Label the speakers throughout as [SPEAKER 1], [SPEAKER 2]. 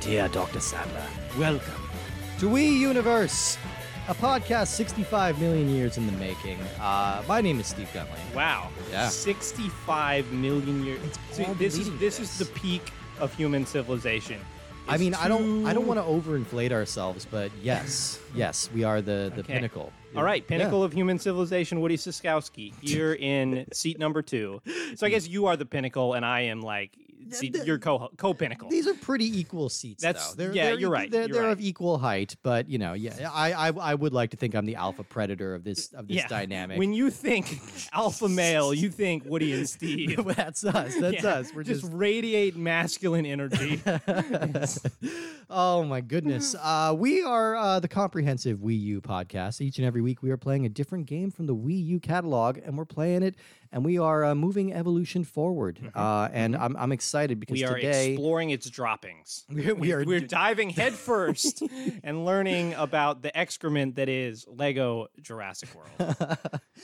[SPEAKER 1] dear Dr. Sadler. Welcome.
[SPEAKER 2] To We Universe, a podcast 65 million years in the making. Uh, my name is Steve Gunley.
[SPEAKER 1] Wow.
[SPEAKER 2] Yeah.
[SPEAKER 1] 65 million years. See,
[SPEAKER 2] all
[SPEAKER 1] this is
[SPEAKER 2] leading
[SPEAKER 1] this
[SPEAKER 2] to
[SPEAKER 1] is the
[SPEAKER 2] this.
[SPEAKER 1] peak of human civilization.
[SPEAKER 2] I
[SPEAKER 1] It's
[SPEAKER 2] mean, I don't, I don't
[SPEAKER 1] too-
[SPEAKER 2] want to overinflate ourselves, but yes, yes, we are the the
[SPEAKER 1] Okay.
[SPEAKER 2] pinnacle.
[SPEAKER 1] All right, pinnacle of human civilization, Woody Siskowski. You're in seat number 2. So I guess you are the pinnacle and I am like seat,
[SPEAKER 2] the-
[SPEAKER 1] your co co-pinnacle.
[SPEAKER 2] These are pretty equal seats,
[SPEAKER 1] That's-
[SPEAKER 2] though. They're,
[SPEAKER 1] yeah,
[SPEAKER 2] they're
[SPEAKER 1] you're
[SPEAKER 2] equ-
[SPEAKER 1] right,
[SPEAKER 2] They're,
[SPEAKER 1] you're
[SPEAKER 2] they're
[SPEAKER 1] right.
[SPEAKER 2] of equal height, but you know, yeah, I, I, I would like to think I'm the alpha predator of this of this
[SPEAKER 1] yeah.
[SPEAKER 2] dynamic.
[SPEAKER 1] When you think alpha male, you think Woody and Steve.
[SPEAKER 2] that's us. That's
[SPEAKER 1] Yeah,
[SPEAKER 2] us. We're just
[SPEAKER 1] radiate masculine energy.
[SPEAKER 2] Oh my goodness.
[SPEAKER 1] Mm-hmm.
[SPEAKER 2] Uh, we are uh, the comprehensive Wii U podcast. Each and every week, we are playing a different game from the Wii U catalog, and we're playing it, and we are uh, moving evolution forward. Uh, and I'm, I'm excited because
[SPEAKER 1] Mm-hmm. we are
[SPEAKER 2] today
[SPEAKER 1] exploring its droppings.
[SPEAKER 2] we, we are
[SPEAKER 1] We're diving headfirst and learning about the excrement that is Lego Jurassic World.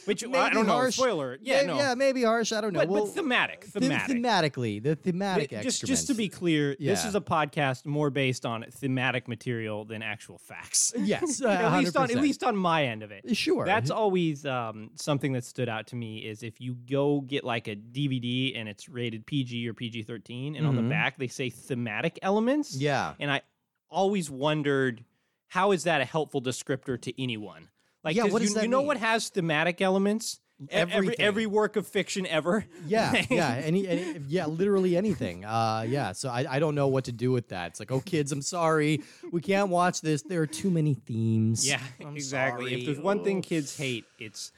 [SPEAKER 1] Which I
[SPEAKER 2] Maybe
[SPEAKER 1] don't know.
[SPEAKER 2] harsh.
[SPEAKER 1] Spoiler. Yeah,
[SPEAKER 2] maybe,
[SPEAKER 1] no.
[SPEAKER 2] yeah, maybe harsh. I don't know.
[SPEAKER 1] but,
[SPEAKER 2] We'll-
[SPEAKER 1] but thematic,
[SPEAKER 2] them-
[SPEAKER 1] thematic.
[SPEAKER 2] thematically, the thematic
[SPEAKER 1] Th- just, just to be
[SPEAKER 2] excrement.
[SPEAKER 1] clear, this
[SPEAKER 2] Yeah.
[SPEAKER 1] is a podcast more based on thematic material than actual facts.
[SPEAKER 2] yes,
[SPEAKER 1] at least on at
[SPEAKER 2] 100%.
[SPEAKER 1] least on my end of it.
[SPEAKER 2] sure.
[SPEAKER 1] That's always um, something that stood out to me is if you go get like a DVD and it's rated PG or PG 13, and on the
[SPEAKER 2] Mhm.
[SPEAKER 1] back they say thematic elements.
[SPEAKER 2] yeah.
[SPEAKER 1] And I always wondered how is that a helpful descriptor to anyone? Like,
[SPEAKER 2] Yeah,
[SPEAKER 1] 'cause
[SPEAKER 2] what
[SPEAKER 1] you,
[SPEAKER 2] does that
[SPEAKER 1] you know
[SPEAKER 2] mean?
[SPEAKER 1] what has thematic elements? E- Every,
[SPEAKER 2] Everything.
[SPEAKER 1] every work of fiction ever.
[SPEAKER 2] Yeah, yeah, any, any, yeah, literally anything. Uh, yeah, so I, I don't know what to do with that. It's like, oh, kids, I'm sorry, we can't watch this. There are too many themes.
[SPEAKER 1] Yeah,
[SPEAKER 2] I'm
[SPEAKER 1] exactly. If there's
[SPEAKER 2] sorry.
[SPEAKER 1] one thing
[SPEAKER 2] Ugh.
[SPEAKER 1] kids hate, it's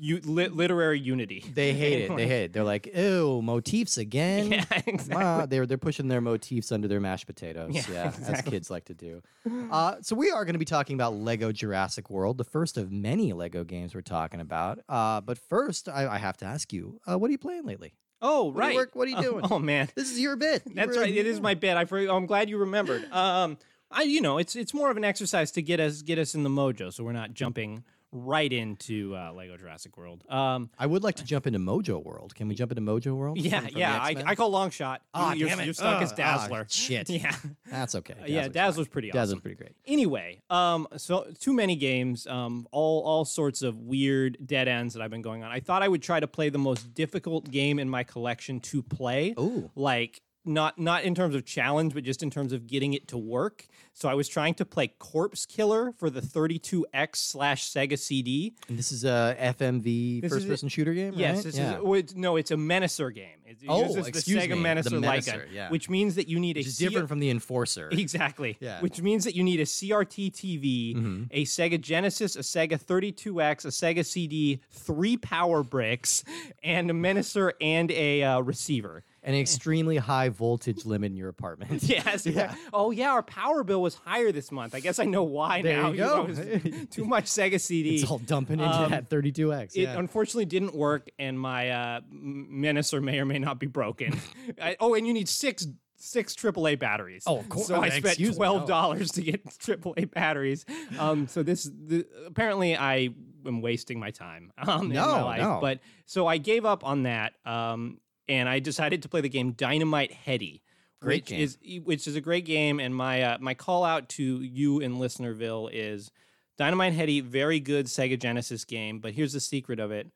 [SPEAKER 1] u- lit- literary unity.
[SPEAKER 2] they hate it. They hate it. They're like, ew, motifs again.
[SPEAKER 1] yeah, exactly.
[SPEAKER 2] Wow, they're they're pushing their motifs under their mashed potatoes.
[SPEAKER 1] Yeah,
[SPEAKER 2] Yeah, as kids like to do. Uh, so we are going to be talking about Lego Jurassic World, the first of many Lego games we're talking about. Uh, but first, I, I have to ask you, uh, what are you playing lately?
[SPEAKER 1] Oh,
[SPEAKER 2] What are
[SPEAKER 1] right.
[SPEAKER 2] you work- what are you
[SPEAKER 1] Oh,
[SPEAKER 2] doing?
[SPEAKER 1] oh man.
[SPEAKER 2] This is your bit. You
[SPEAKER 1] That's
[SPEAKER 2] were-
[SPEAKER 1] right. It is my bit. I for, I'm glad you remembered. Um, I you know it's it's more of an exercise to get us get us in the mojo, so we're not jumping right into uh, Lego Jurassic World. Um,
[SPEAKER 2] I would like to jump into Mojo World. Can we jump into Mojo World?
[SPEAKER 1] yeah,
[SPEAKER 2] from- from the
[SPEAKER 1] yeah. I,
[SPEAKER 2] X-Men?
[SPEAKER 1] I call long shot.
[SPEAKER 2] Ah,
[SPEAKER 1] you,
[SPEAKER 2] damn
[SPEAKER 1] are
[SPEAKER 2] it.
[SPEAKER 1] you're stuck
[SPEAKER 2] Ugh,
[SPEAKER 1] as
[SPEAKER 2] ah,
[SPEAKER 1] Dazzler.
[SPEAKER 2] shit.
[SPEAKER 1] Yeah,
[SPEAKER 2] that's okay.
[SPEAKER 1] Uh, yeah.
[SPEAKER 2] Dazzler's,
[SPEAKER 1] Dazzler's pretty awesome.
[SPEAKER 2] Dazzler's pretty great.
[SPEAKER 1] Anyway, um, so too many games, um, all all sorts of weird dead ends that I've been going on. I thought I would try to play the most difficult game in my collection to play.
[SPEAKER 2] Ooh.
[SPEAKER 1] like not not in terms of challenge, but just in terms of getting it to work. So I was trying to play Corpse Killer for the 32X slash Sega CD.
[SPEAKER 2] And this is uh, a FMV
[SPEAKER 1] This is
[SPEAKER 2] first person shooter game,
[SPEAKER 1] Yes,
[SPEAKER 2] right?
[SPEAKER 1] this
[SPEAKER 2] yeah.
[SPEAKER 1] is well, it's, no, it's a Menacer game. It
[SPEAKER 2] Oh,
[SPEAKER 1] uses
[SPEAKER 2] excuse me,
[SPEAKER 1] the Sega
[SPEAKER 2] the
[SPEAKER 1] Menacer, light gun,
[SPEAKER 2] Menacer, yeah.
[SPEAKER 1] which means that you need
[SPEAKER 2] Which
[SPEAKER 1] a
[SPEAKER 2] is
[SPEAKER 1] C-
[SPEAKER 2] different from the Enforcer.
[SPEAKER 1] Exactly.
[SPEAKER 2] Yeah. Mm-hmm.
[SPEAKER 1] Which means that you need a CRT TV, a Sega Genesis, a Sega 32X, a Sega CD, three power bricks, and a Menacer and a uh, receiver.
[SPEAKER 2] An extremely high voltage limit in your apartment.
[SPEAKER 1] Yes. Yeah. Oh yeah, our power bill was higher this month. I guess I know why
[SPEAKER 2] There
[SPEAKER 1] now.
[SPEAKER 2] you
[SPEAKER 1] know,
[SPEAKER 2] go.
[SPEAKER 1] it was too much Sega CD.
[SPEAKER 2] It's all dumping into
[SPEAKER 1] Um,
[SPEAKER 2] that 32X.
[SPEAKER 1] it
[SPEAKER 2] yeah.
[SPEAKER 1] unfortunately didn't work, and my uh, m- menacer may or may not be broken. I, oh, and you need six six AAA batteries.
[SPEAKER 2] Oh, of course.
[SPEAKER 1] So I spent
[SPEAKER 2] Excuse me, Oh. no.
[SPEAKER 1] twelve dollars to get AAA batteries. Um, so this the, apparently I am wasting my time. Um, in my
[SPEAKER 2] No,
[SPEAKER 1] life.
[SPEAKER 2] no.
[SPEAKER 1] But so I gave up on that, um, and I decided to play the game Dynamite Heady.
[SPEAKER 2] Great
[SPEAKER 1] which
[SPEAKER 2] game.
[SPEAKER 1] is e, which is a great game, and my uh, my call out to you in Listenerville is Dynamite Heady, very good Sega Genesis game, but here's the secret of it.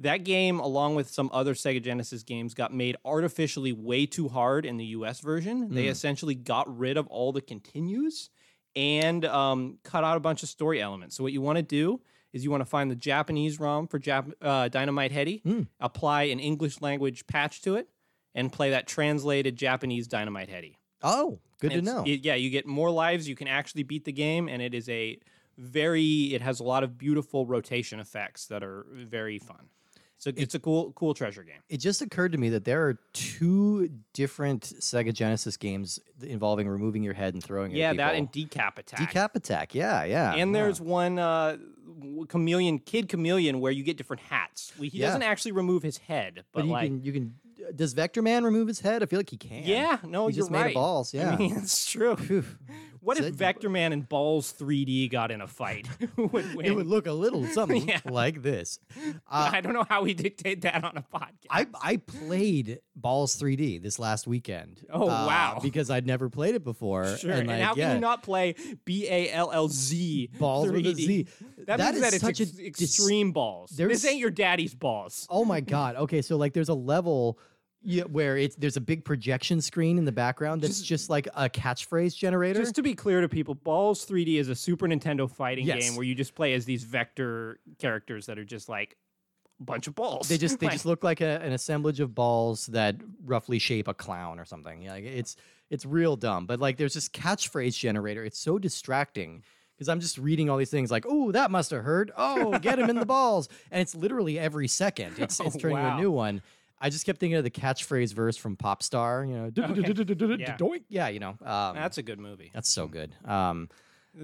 [SPEAKER 1] That game, along with some other Sega Genesis games, got made artificially way too hard in the US version. They
[SPEAKER 2] Mm.
[SPEAKER 1] essentially got rid of all the continues and um, cut out a bunch of story elements. So, what you want to do is you want to find the Japanese ROM for Jap- uh, Dynamite Heady,
[SPEAKER 2] Mm.
[SPEAKER 1] apply an English language patch to it, and play that translated Japanese Dynamite Heady.
[SPEAKER 2] oh, good to
[SPEAKER 1] It's-
[SPEAKER 2] know.
[SPEAKER 1] it- yeah, you get more lives. You can actually beat the game, and it is a very. It has a lot of beautiful rotation effects that are very fun. So it's a cool, cool treasure game.
[SPEAKER 2] It just occurred to me that there are two different Sega Genesis games involving removing your head and throwing it
[SPEAKER 1] Yeah,
[SPEAKER 2] at
[SPEAKER 1] that and
[SPEAKER 2] people.
[SPEAKER 1] decap attack.
[SPEAKER 2] Decap Attack. Yeah, yeah.
[SPEAKER 1] and
[SPEAKER 2] yeah.
[SPEAKER 1] there's one uh, w- chameleon kid chameleon where you get different hats. We, he
[SPEAKER 2] Yeah.
[SPEAKER 1] doesn't actually remove his head, but,
[SPEAKER 2] But you
[SPEAKER 1] like
[SPEAKER 2] can you can does Vector Man remove his head? I feel like he can.
[SPEAKER 1] yeah, no,
[SPEAKER 2] He's
[SPEAKER 1] you're
[SPEAKER 2] just made of
[SPEAKER 1] right.
[SPEAKER 2] balls,
[SPEAKER 1] I
[SPEAKER 2] yeah.
[SPEAKER 1] mean, it's true. What if
[SPEAKER 2] Said-
[SPEAKER 1] Vector Man and Balls 3D got in a fight? Who would win?
[SPEAKER 2] It would look a little something
[SPEAKER 1] Yeah.
[SPEAKER 2] like this. Uh,
[SPEAKER 1] I don't know how we dictate that on a podcast.
[SPEAKER 2] I, I played Balls 3D this last weekend. uh,
[SPEAKER 1] Oh, wow.
[SPEAKER 2] Because I'd never played it before.
[SPEAKER 1] sure.
[SPEAKER 2] And,
[SPEAKER 1] And,
[SPEAKER 2] like,
[SPEAKER 1] how can
[SPEAKER 2] yeah,
[SPEAKER 1] you not play B A L L Z
[SPEAKER 2] Balls with a Z.
[SPEAKER 1] That, means that it's
[SPEAKER 2] such
[SPEAKER 1] ex-
[SPEAKER 2] a dis-
[SPEAKER 1] extreme balls.
[SPEAKER 2] there's-
[SPEAKER 1] This ain't your daddy's balls.
[SPEAKER 2] Oh my god. Okay, so like there's a level yeah, where it's there's a big projection screen in the background that's just, like a catchphrase generator.
[SPEAKER 1] Just to be clear to people, Balls 3D is a Super Nintendo fighting
[SPEAKER 2] Yes.
[SPEAKER 1] game where you just play as these vector characters that are just like a bunch of balls.
[SPEAKER 2] they just they
[SPEAKER 1] Like,
[SPEAKER 2] just look like a, an assemblage of balls that roughly shape a clown or something. Yeah, Like it's it's real dumb, but like there's this catchphrase generator. It's so distracting because I'm just reading all these things like, "Oh, that must have hurt. Oh, get him in the balls," and it's literally every second. It's it's
[SPEAKER 1] Oh,
[SPEAKER 2] turning to
[SPEAKER 1] wow.
[SPEAKER 2] a new one. I just kept thinking of the catchphrase verse from Popstar. You know,
[SPEAKER 1] Yeah.
[SPEAKER 2] doink. Yeah, you know, um,
[SPEAKER 1] that's a good movie.
[SPEAKER 2] that's so good. Um,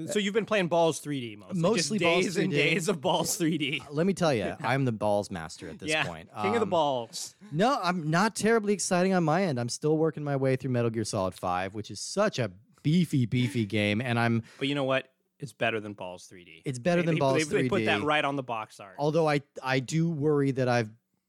[SPEAKER 1] So you've been playing Balls 3D mostly.
[SPEAKER 2] Mostly
[SPEAKER 1] just
[SPEAKER 2] Balls
[SPEAKER 1] days and
[SPEAKER 2] 3D.
[SPEAKER 1] days of Balls 3D.
[SPEAKER 2] let me tell you, I'm the balls master at this
[SPEAKER 1] yeah,
[SPEAKER 2] point.
[SPEAKER 1] king of the
[SPEAKER 2] Um,
[SPEAKER 1] balls.
[SPEAKER 2] No, I'm not terribly exciting on my end. I'm still working my way through Metal Gear Solid 5, which is such a beefy, beefy game, and I'm
[SPEAKER 1] But you know what? It's better than Balls 3D.
[SPEAKER 2] it's better
[SPEAKER 1] They-
[SPEAKER 2] than
[SPEAKER 1] they,
[SPEAKER 2] Balls
[SPEAKER 1] they,
[SPEAKER 2] 3D.
[SPEAKER 1] They put that right on the box art.
[SPEAKER 2] Although I I do worry that I've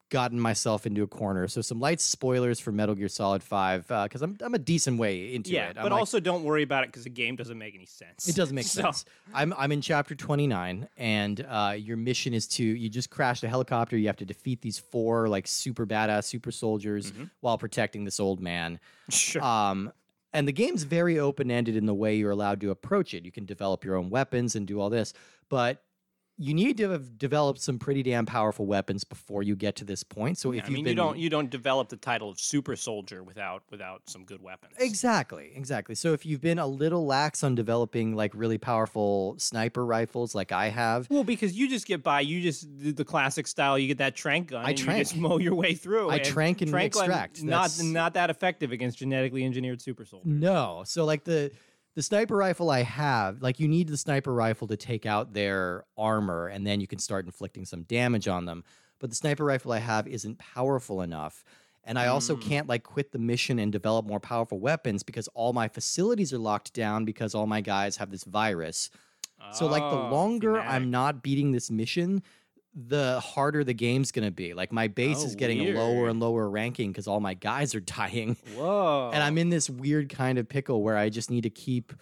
[SPEAKER 2] gotten myself into a corner. So some light spoilers for Metal Gear Solid 5 because I'm I'm a decent way into
[SPEAKER 1] yeah,
[SPEAKER 2] it. I'm
[SPEAKER 1] but
[SPEAKER 2] like,
[SPEAKER 1] also don't worry about it because the game doesn't make any sense.
[SPEAKER 2] It doesn't make
[SPEAKER 1] So-
[SPEAKER 2] sense. I'm I'm in chapter 29, and uh, your mission is to you just crashed a helicopter. You have to defeat these four like super badass super soldiers
[SPEAKER 1] Mm-hmm.
[SPEAKER 2] while protecting this old man.
[SPEAKER 1] Sure.
[SPEAKER 2] Um, and the game's very open ended in the way you're allowed to approach it. You can develop your own weapons and do all this, but you need to have developed some pretty damn powerful weapons before you get to this point. So
[SPEAKER 1] Yeah,
[SPEAKER 2] if
[SPEAKER 1] I
[SPEAKER 2] you've
[SPEAKER 1] mean,
[SPEAKER 2] been
[SPEAKER 1] you don't you don't develop the title of super soldier without without some good weapons.
[SPEAKER 2] Exactly, exactly. So if you've been a little lax on developing like really powerful sniper rifles, like I have,
[SPEAKER 1] Well, because you just get by, you just do the classic style. You get that trank gun.
[SPEAKER 2] I
[SPEAKER 1] and You just
[SPEAKER 2] trank.
[SPEAKER 1] mow your way through.
[SPEAKER 2] I trank and
[SPEAKER 1] Oh, trank gun,
[SPEAKER 2] extract.
[SPEAKER 1] Not
[SPEAKER 2] That's-
[SPEAKER 1] not that effective against genetically engineered super soldiers.
[SPEAKER 2] no. So like the the sniper rifle I have, like you need the sniper rifle to take out their armor, and then you can start inflicting some damage on them. But the sniper rifle I have isn't powerful enough. And I also
[SPEAKER 1] Mm.
[SPEAKER 2] can't like quit the mission and develop more powerful weapons because all my facilities are locked down because all my guys have this virus. So like the
[SPEAKER 1] Oh,
[SPEAKER 2] longer I'm
[SPEAKER 1] thematic.
[SPEAKER 2] not beating this mission, the harder the game's gonna be. Like my base
[SPEAKER 1] Oh,
[SPEAKER 2] is getting a lower
[SPEAKER 1] weird.
[SPEAKER 2] and lower ranking because all my guys are dying,
[SPEAKER 1] whoa,
[SPEAKER 2] and I'm in this weird kind of pickle where I just need to keep.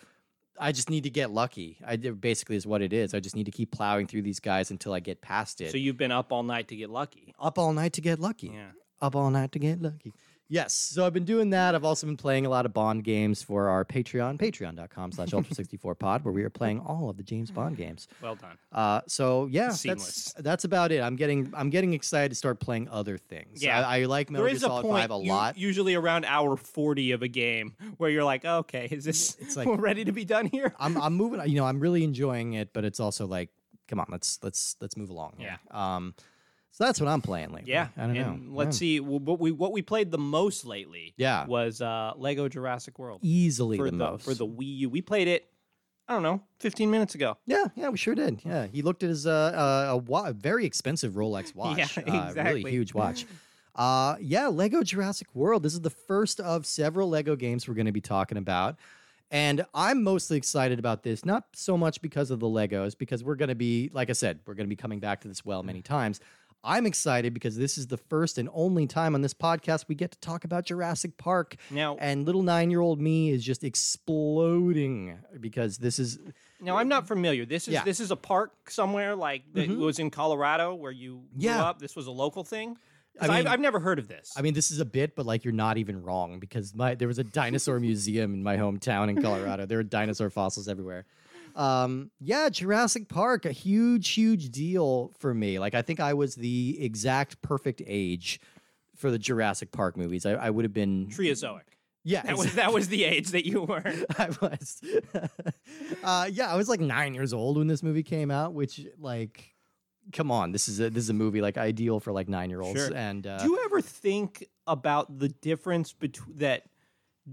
[SPEAKER 2] I just need to get lucky. I d- basically is what it is. I just need to keep plowing through these guys until I get past it.
[SPEAKER 1] So you've been up all night to get lucky.
[SPEAKER 2] up all night to get lucky.
[SPEAKER 1] Yeah.
[SPEAKER 2] Up all night to get lucky. Yes. So I've been doing that. I've also been playing a lot of Bond games for our Patreon, patreon.com slash ultra64pod, where we are playing all of the James Bond games.
[SPEAKER 1] Well done.
[SPEAKER 2] Uh, so yeah, that's
[SPEAKER 1] Seamless.
[SPEAKER 2] that's about it. I'm getting I'm getting excited to start playing other things.
[SPEAKER 1] Yeah.
[SPEAKER 2] I, I like Metal
[SPEAKER 1] there
[SPEAKER 2] Gear
[SPEAKER 1] is a
[SPEAKER 2] Solid
[SPEAKER 1] point,
[SPEAKER 2] Five a
[SPEAKER 1] u-
[SPEAKER 2] lot.
[SPEAKER 1] usually around hour 40 of a game, where you're like, okay, is this
[SPEAKER 2] It's like-
[SPEAKER 1] we're ready to be done here?
[SPEAKER 2] I'm I'm moving. You know, I'm really enjoying it, but it's also like, come on, let's let's let's move along. here. Um, so that's what I'm playing lately.
[SPEAKER 1] Yeah,
[SPEAKER 2] I don't
[SPEAKER 1] and
[SPEAKER 2] know.
[SPEAKER 1] Let's
[SPEAKER 2] Yeah.
[SPEAKER 1] see. wh- What we what we played the most lately
[SPEAKER 2] Yeah.
[SPEAKER 1] was uh, Lego Jurassic World
[SPEAKER 2] Easily
[SPEAKER 1] for
[SPEAKER 2] the, most
[SPEAKER 1] for the Wii U. We played it. I don't know, 15 minutes ago.
[SPEAKER 2] Yeah, yeah, we sure did. Yeah, he looked at his uh, uh a, wa- a very expensive Rolex watch. Uh, really
[SPEAKER 1] exactly.
[SPEAKER 2] huge watch. Uh, yeah, Lego Jurassic World. This is the first of several Lego games we're going to be talking about. And I'm mostly excited about this, not so much because of the Legos, because we're going to be, like I said, we're going to be coming back to this well many times. I'm excited because this is the first and only time on this podcast we get to talk about Jurassic Park
[SPEAKER 1] Now,
[SPEAKER 2] and little nine-year-old me is just exploding because this is
[SPEAKER 1] now I'm not familiar. This is
[SPEAKER 2] Yeah.
[SPEAKER 1] this is a park somewhere like that
[SPEAKER 2] Mhm.
[SPEAKER 1] was in Colorado where you grew
[SPEAKER 2] Yeah.
[SPEAKER 1] up. This was a local thing. 'Cause
[SPEAKER 2] I
[SPEAKER 1] I've,
[SPEAKER 2] mean-
[SPEAKER 1] I've never heard of this.
[SPEAKER 2] I mean, this is a bit, but like you're not even wrong because my there was a dinosaur museum in my hometown in Colorado. There are dinosaur fossils everywhere. Um, yeah, Jurassic Park, a huge, huge deal for me. Like I think I was the exact perfect age for the Jurassic Park movies. I, I would have been
[SPEAKER 1] Triozoic.
[SPEAKER 2] yeah,
[SPEAKER 1] That was that was the age that you were.
[SPEAKER 2] I was. uh, yeah, I was like nine years old when this movie came out, which like, come on, this is a this is a movie like ideal for like nine year olds.
[SPEAKER 1] Sure.
[SPEAKER 2] And uh,
[SPEAKER 1] Do you ever think about the difference between that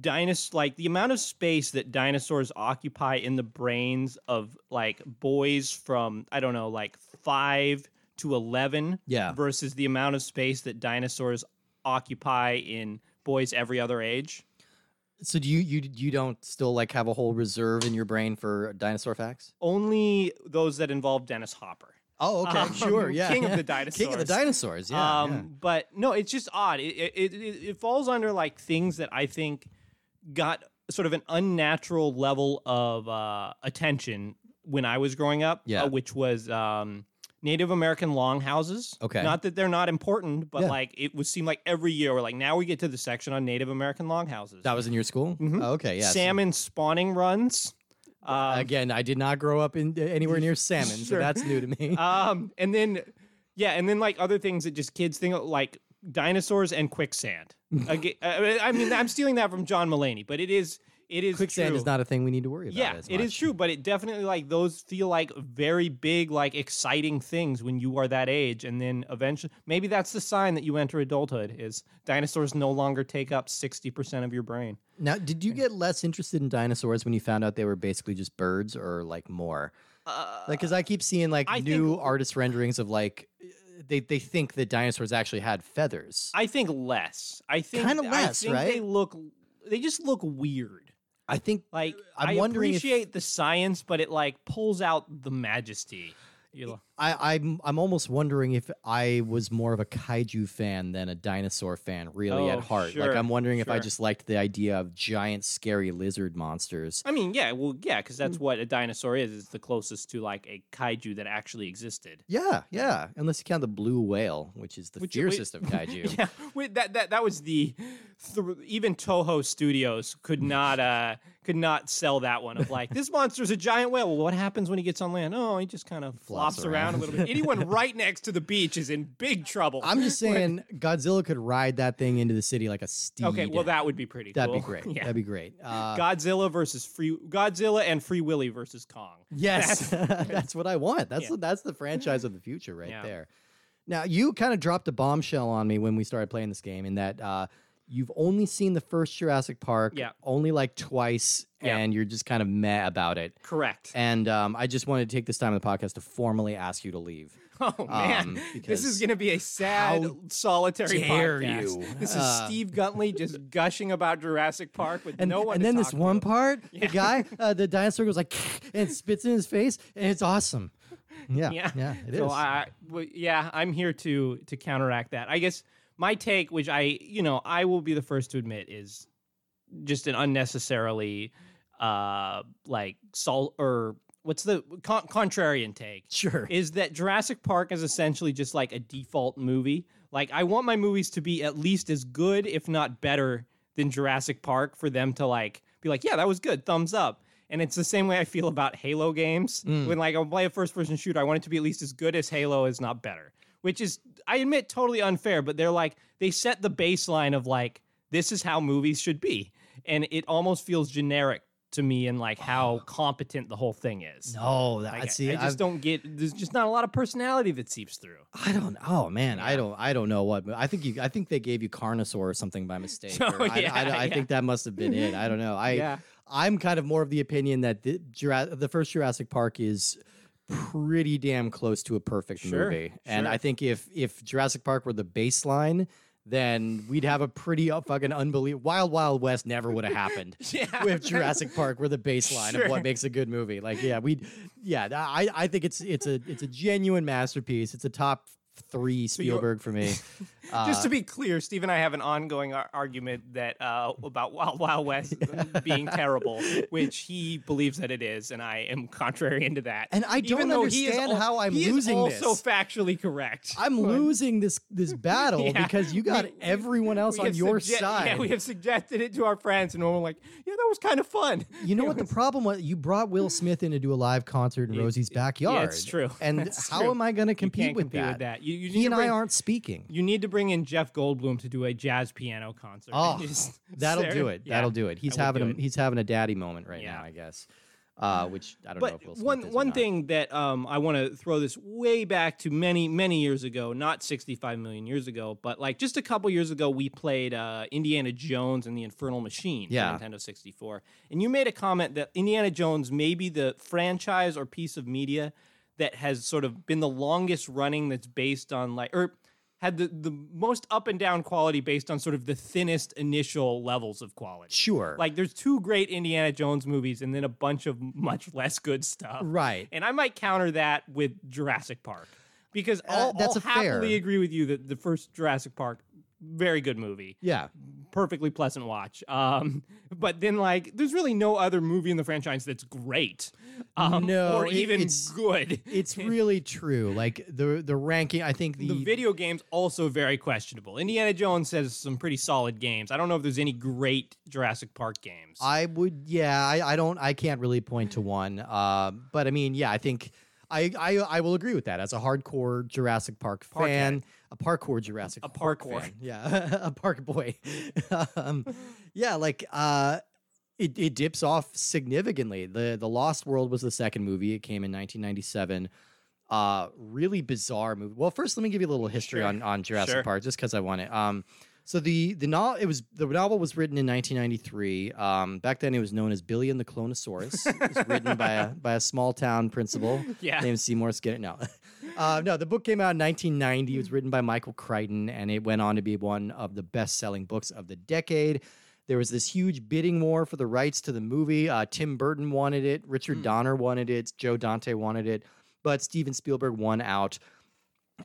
[SPEAKER 1] dinosaurs, like the amount of space that dinosaurs occupy in the brains of like boys from I don't know, like five to eleven,
[SPEAKER 2] Yeah.
[SPEAKER 1] versus the amount of space that dinosaurs occupy in boys every other age?
[SPEAKER 2] So do you you you don't still like have a whole reserve in your brain for dinosaur facts?
[SPEAKER 1] Only those that involve Dennis Hopper.
[SPEAKER 2] Oh, okay,
[SPEAKER 1] Um,
[SPEAKER 2] sure, yeah.
[SPEAKER 1] King of the
[SPEAKER 2] King of the dinosaurs,
[SPEAKER 1] Dinosaurs.
[SPEAKER 2] yeah.
[SPEAKER 1] um,
[SPEAKER 2] yeah.
[SPEAKER 1] But no, it's just odd. It, it, it, it falls under like things that I think got sort of an unnatural level of uh, attention when I was growing up, uh,
[SPEAKER 2] Yeah.
[SPEAKER 1] which was um, Native American longhouses.
[SPEAKER 2] Okay.
[SPEAKER 1] Not that they're not important, but
[SPEAKER 2] Yeah.
[SPEAKER 1] like it would seem like every year we're like, now we get to the section on Native American longhouses.
[SPEAKER 2] That was in your school?
[SPEAKER 1] Mhm.
[SPEAKER 2] Oh, okay, yeah. so-
[SPEAKER 1] Salmon spawning runs. Um,
[SPEAKER 2] Again, I did not grow up in anywhere near salmon, so
[SPEAKER 1] Sure.
[SPEAKER 2] that's new to me.
[SPEAKER 1] um, and then yeah, and then like other things that just kids think of, like dinosaurs and quicksand. Aga I mean, I mean, I'm stealing that from John Mulaney, but it is it is
[SPEAKER 2] Quicksand
[SPEAKER 1] true.
[SPEAKER 2] is not a thing we need to worry about.
[SPEAKER 1] Yeah,
[SPEAKER 2] as
[SPEAKER 1] it is
[SPEAKER 2] much.
[SPEAKER 1] true, but it definitely like those feel like very big, like exciting things when you are that age, and then eventually maybe that's the sign that you enter adulthood is dinosaurs no longer take up sixty percent of your brain.
[SPEAKER 2] Now, did you get less interested in dinosaurs when you found out they were basically just birds, or like more?
[SPEAKER 1] Uh,
[SPEAKER 2] Like, because I keep seeing like
[SPEAKER 1] I
[SPEAKER 2] new
[SPEAKER 1] think-
[SPEAKER 2] artist renderings of like they they think that dinosaurs actually had feathers.
[SPEAKER 1] I think less. I think
[SPEAKER 2] Kinda
[SPEAKER 1] I
[SPEAKER 2] less,
[SPEAKER 1] think They
[SPEAKER 2] right?
[SPEAKER 1] look, they just look weird.
[SPEAKER 2] I think
[SPEAKER 1] Like
[SPEAKER 2] I'm
[SPEAKER 1] i
[SPEAKER 2] wondering if-
[SPEAKER 1] appreciate the science, but it like pulls out the majesty. You know?
[SPEAKER 2] I, I'm I'm almost wondering if I was more of a kaiju fan than a dinosaur fan, really at
[SPEAKER 1] Oh,
[SPEAKER 2] heart. like
[SPEAKER 1] sure,
[SPEAKER 2] I'm wondering if I
[SPEAKER 1] sure.
[SPEAKER 2] just liked the idea of giant, scary lizard monsters.
[SPEAKER 1] I mean, yeah, well, yeah, because
[SPEAKER 2] Mm.
[SPEAKER 1] that's what a dinosaur is. It's the closest to like a kaiju that actually existed.
[SPEAKER 2] Yeah, yeah. Unless you count the blue whale, which is the
[SPEAKER 1] Which- wait-
[SPEAKER 2] fiercest of kaiju.
[SPEAKER 1] Yeah, wait, that that that was the, th- even Toho Studios could not uh could not sell that one of like this monster's a giant whale. Well, what happens when he gets on land? Oh, he just kind of
[SPEAKER 2] Flops
[SPEAKER 1] flops, around. a
[SPEAKER 2] around.
[SPEAKER 1] little bit. Anyone right next to the beach is in big trouble.
[SPEAKER 2] I'm just saying Godzilla could ride that thing into the city like a steed.
[SPEAKER 1] okay, well, that would be pretty.
[SPEAKER 2] That'd
[SPEAKER 1] cool.
[SPEAKER 2] be great.
[SPEAKER 1] yeah.
[SPEAKER 2] That'd be great. Uh,
[SPEAKER 1] Godzilla versus Free Godzilla and Free Willy versus Kong.
[SPEAKER 2] yes, that's, what I want. That's
[SPEAKER 1] Yeah.
[SPEAKER 2] the, that's the franchise of the future right
[SPEAKER 1] Yeah.
[SPEAKER 2] there. Now you kind of dropped a bombshell on me when we started playing this game in that uh, you've only seen the first Jurassic Park,
[SPEAKER 1] Yeah.
[SPEAKER 2] only like twice,
[SPEAKER 1] Yeah.
[SPEAKER 2] and you're just kind of meh about it.
[SPEAKER 1] Correct.
[SPEAKER 2] And um, I just wanted to take this time in the podcast to formally ask you to leave.
[SPEAKER 1] Oh man,
[SPEAKER 2] Um,
[SPEAKER 1] this
[SPEAKER 2] because
[SPEAKER 1] is going to be a sad,
[SPEAKER 2] how
[SPEAKER 1] solitary
[SPEAKER 2] dare
[SPEAKER 1] podcast.
[SPEAKER 2] you.
[SPEAKER 1] This is
[SPEAKER 2] Uh,
[SPEAKER 1] Steve Guntley just gushing about Jurassic Park with
[SPEAKER 2] And,
[SPEAKER 1] no one.
[SPEAKER 2] and
[SPEAKER 1] to
[SPEAKER 2] then this
[SPEAKER 1] talk
[SPEAKER 2] one
[SPEAKER 1] to.
[SPEAKER 2] part, the guy, uh, the dinosaur goes like, and spits in his face, and it's awesome. Yeah, yeah,
[SPEAKER 1] Yeah.
[SPEAKER 2] it is.
[SPEAKER 1] so I, I- well, yeah, I'm here to to counteract that. I guess my take, which I, you know, I will be the first to admit, is just an unnecessarily, uh, like sol or what's the con- contrarian take?
[SPEAKER 2] sure.
[SPEAKER 1] is that Jurassic Park is essentially just like a default movie. Like I want my movies to be at least as good, if not better, than Jurassic Park for them to like be like, yeah, that was good, thumbs up. And it's the same way I feel about Halo games. When like I play a first person shooter, I want it to be at least as good as Halo is not better. Which is I admit totally unfair, but they're like they set the baseline of like this is how movies should be. And it almost feels generic to me in like how competent the whole thing is.
[SPEAKER 2] no, Oh, that,
[SPEAKER 1] Like,
[SPEAKER 2] I see.
[SPEAKER 1] I just
[SPEAKER 2] I've-
[SPEAKER 1] don't get. There's just not a lot of personality that seeps through.
[SPEAKER 2] I don't. Oh man, I don't. I don't know what. I think you. I think they gave you Carnosaur or something by mistake.
[SPEAKER 1] Oh,
[SPEAKER 2] or I- I-
[SPEAKER 1] yeah,
[SPEAKER 2] I,
[SPEAKER 1] yeah.
[SPEAKER 2] think that must have been it. I don't know. I.
[SPEAKER 1] Yeah.
[SPEAKER 2] I'm kind of more of the opinion that the, Jura- the first Jurassic Park is pretty damn close to a perfect
[SPEAKER 1] Sure,
[SPEAKER 2] movie, and I
[SPEAKER 1] sure.
[SPEAKER 2] think if if Jurassic Park were the baseline. Then we'd have a pretty uh, fucking unbelievable Wild Wild West never would have happened.
[SPEAKER 1] Yeah.
[SPEAKER 2] with Jurassic Park were the baseline of what
[SPEAKER 1] Sure.
[SPEAKER 2] makes a good movie. Like, yeah, we, yeah, th- I, I think it's it's a it's a genuine masterpiece. It's a top three
[SPEAKER 1] you're-
[SPEAKER 2] Spielberg for me. Uh,
[SPEAKER 1] just to be clear, Steve and I have an ongoing ar- argument that uh, about Wild Wild West being terrible, which he believes that it is, and I am contrarian to that.
[SPEAKER 2] And I don't
[SPEAKER 1] Even though he
[SPEAKER 2] understand
[SPEAKER 1] is al-
[SPEAKER 2] how I'm
[SPEAKER 1] he is
[SPEAKER 2] losing
[SPEAKER 1] also
[SPEAKER 2] this.
[SPEAKER 1] factually correct.
[SPEAKER 2] I'm losing this this battle
[SPEAKER 1] Yeah,
[SPEAKER 2] because you got
[SPEAKER 1] we- we-
[SPEAKER 2] everyone else
[SPEAKER 1] We
[SPEAKER 2] on
[SPEAKER 1] have
[SPEAKER 2] your
[SPEAKER 1] sugge-
[SPEAKER 2] side.
[SPEAKER 1] Yeah, we have suggested it to our friends, and we're like, "Yeah, that was kind of fun."
[SPEAKER 2] you know what the problem was? You brought Will Smith in to do a live concert in Rosie's backyard.
[SPEAKER 1] it's true.
[SPEAKER 2] And
[SPEAKER 1] That's
[SPEAKER 2] how
[SPEAKER 1] true.
[SPEAKER 2] am I going to compete,
[SPEAKER 1] Can't
[SPEAKER 2] with,
[SPEAKER 1] compete
[SPEAKER 2] that?
[SPEAKER 1] with that. You, you
[SPEAKER 2] He
[SPEAKER 1] need
[SPEAKER 2] and I
[SPEAKER 1] to bring-
[SPEAKER 2] aren't speaking.
[SPEAKER 1] You need to bring in Jeff Goldblum to do a jazz piano concert.
[SPEAKER 2] Oh, That'll do it. That'll do it. He's
[SPEAKER 1] I would
[SPEAKER 2] having
[SPEAKER 1] do
[SPEAKER 2] a,
[SPEAKER 1] it.
[SPEAKER 2] he's having a daddy moment right
[SPEAKER 1] Yeah.
[SPEAKER 2] now, I guess. Uh, which I don't know
[SPEAKER 1] But
[SPEAKER 2] if Will Smith
[SPEAKER 1] one
[SPEAKER 2] is or
[SPEAKER 1] one
[SPEAKER 2] not.
[SPEAKER 1] thing that um, I want to throw this way back to many many years ago, not 65 million years ago, but like just a couple years ago, we played uh, Indiana Jones and the Infernal Machine
[SPEAKER 2] Yeah.
[SPEAKER 1] for Nintendo 64, and you made a comment that Indiana Jones may be the franchise or piece of media that has sort of been the longest running that's based on like or had the, the most up and down quality based on sort of the thinnest initial levels of quality.
[SPEAKER 2] Sure.
[SPEAKER 1] Like there's two great Indiana Jones movies and then a bunch of much less good stuff.
[SPEAKER 2] right.
[SPEAKER 1] And I might counter that with Jurassic Park because
[SPEAKER 2] Uh,
[SPEAKER 1] I'll,
[SPEAKER 2] that's
[SPEAKER 1] I'll
[SPEAKER 2] a fair-
[SPEAKER 1] happily agree with you that the first Jurassic Park, very good movie,
[SPEAKER 2] Yeah.
[SPEAKER 1] perfectly pleasant watch. Um, but then like there's really no other movie in the franchise that's great, um,
[SPEAKER 2] No,
[SPEAKER 1] or
[SPEAKER 2] it-
[SPEAKER 1] even
[SPEAKER 2] it's-
[SPEAKER 1] good.
[SPEAKER 2] It's really true. Like the the ranking, I think the,
[SPEAKER 1] the video games also very questionable. Indiana Jones has some pretty solid games. I don't know if there's any great Jurassic Park games.
[SPEAKER 2] I would, yeah, I, I don't, I can't really point to one. Uh, but I mean, yeah, I think I, I, I will agree with that. As a hardcore Jurassic Park fan, a parkour Jurassic,
[SPEAKER 1] A
[SPEAKER 2] Park
[SPEAKER 1] parkour.
[SPEAKER 2] fan, yeah, a park boy, um, yeah, like uh, it, it dips off significantly. the The Lost World was the second movie. It came in 1997. Uh, really bizarre movie. Well, first let me give you a little history
[SPEAKER 1] Sure.
[SPEAKER 2] on on Jurassic
[SPEAKER 1] Sure.
[SPEAKER 2] Park, just because I want it. Um, so the the novel it was the novel was written in 1993. Um, back then it was known as Billy and the Clonosaurus. it was written by a by a small town principal
[SPEAKER 1] yeah.
[SPEAKER 2] named Seymour Skinner. No, uh, no, the book came out in 1990. It was written by Michael Crichton, and it went on to be one of the best selling books of the decade. There was this huge bidding war for the rights to the movie. Uh, Tim Burton wanted it. Richard
[SPEAKER 1] Hmm.
[SPEAKER 2] Donner wanted it. Joe Dante wanted it, but Steven Spielberg won out.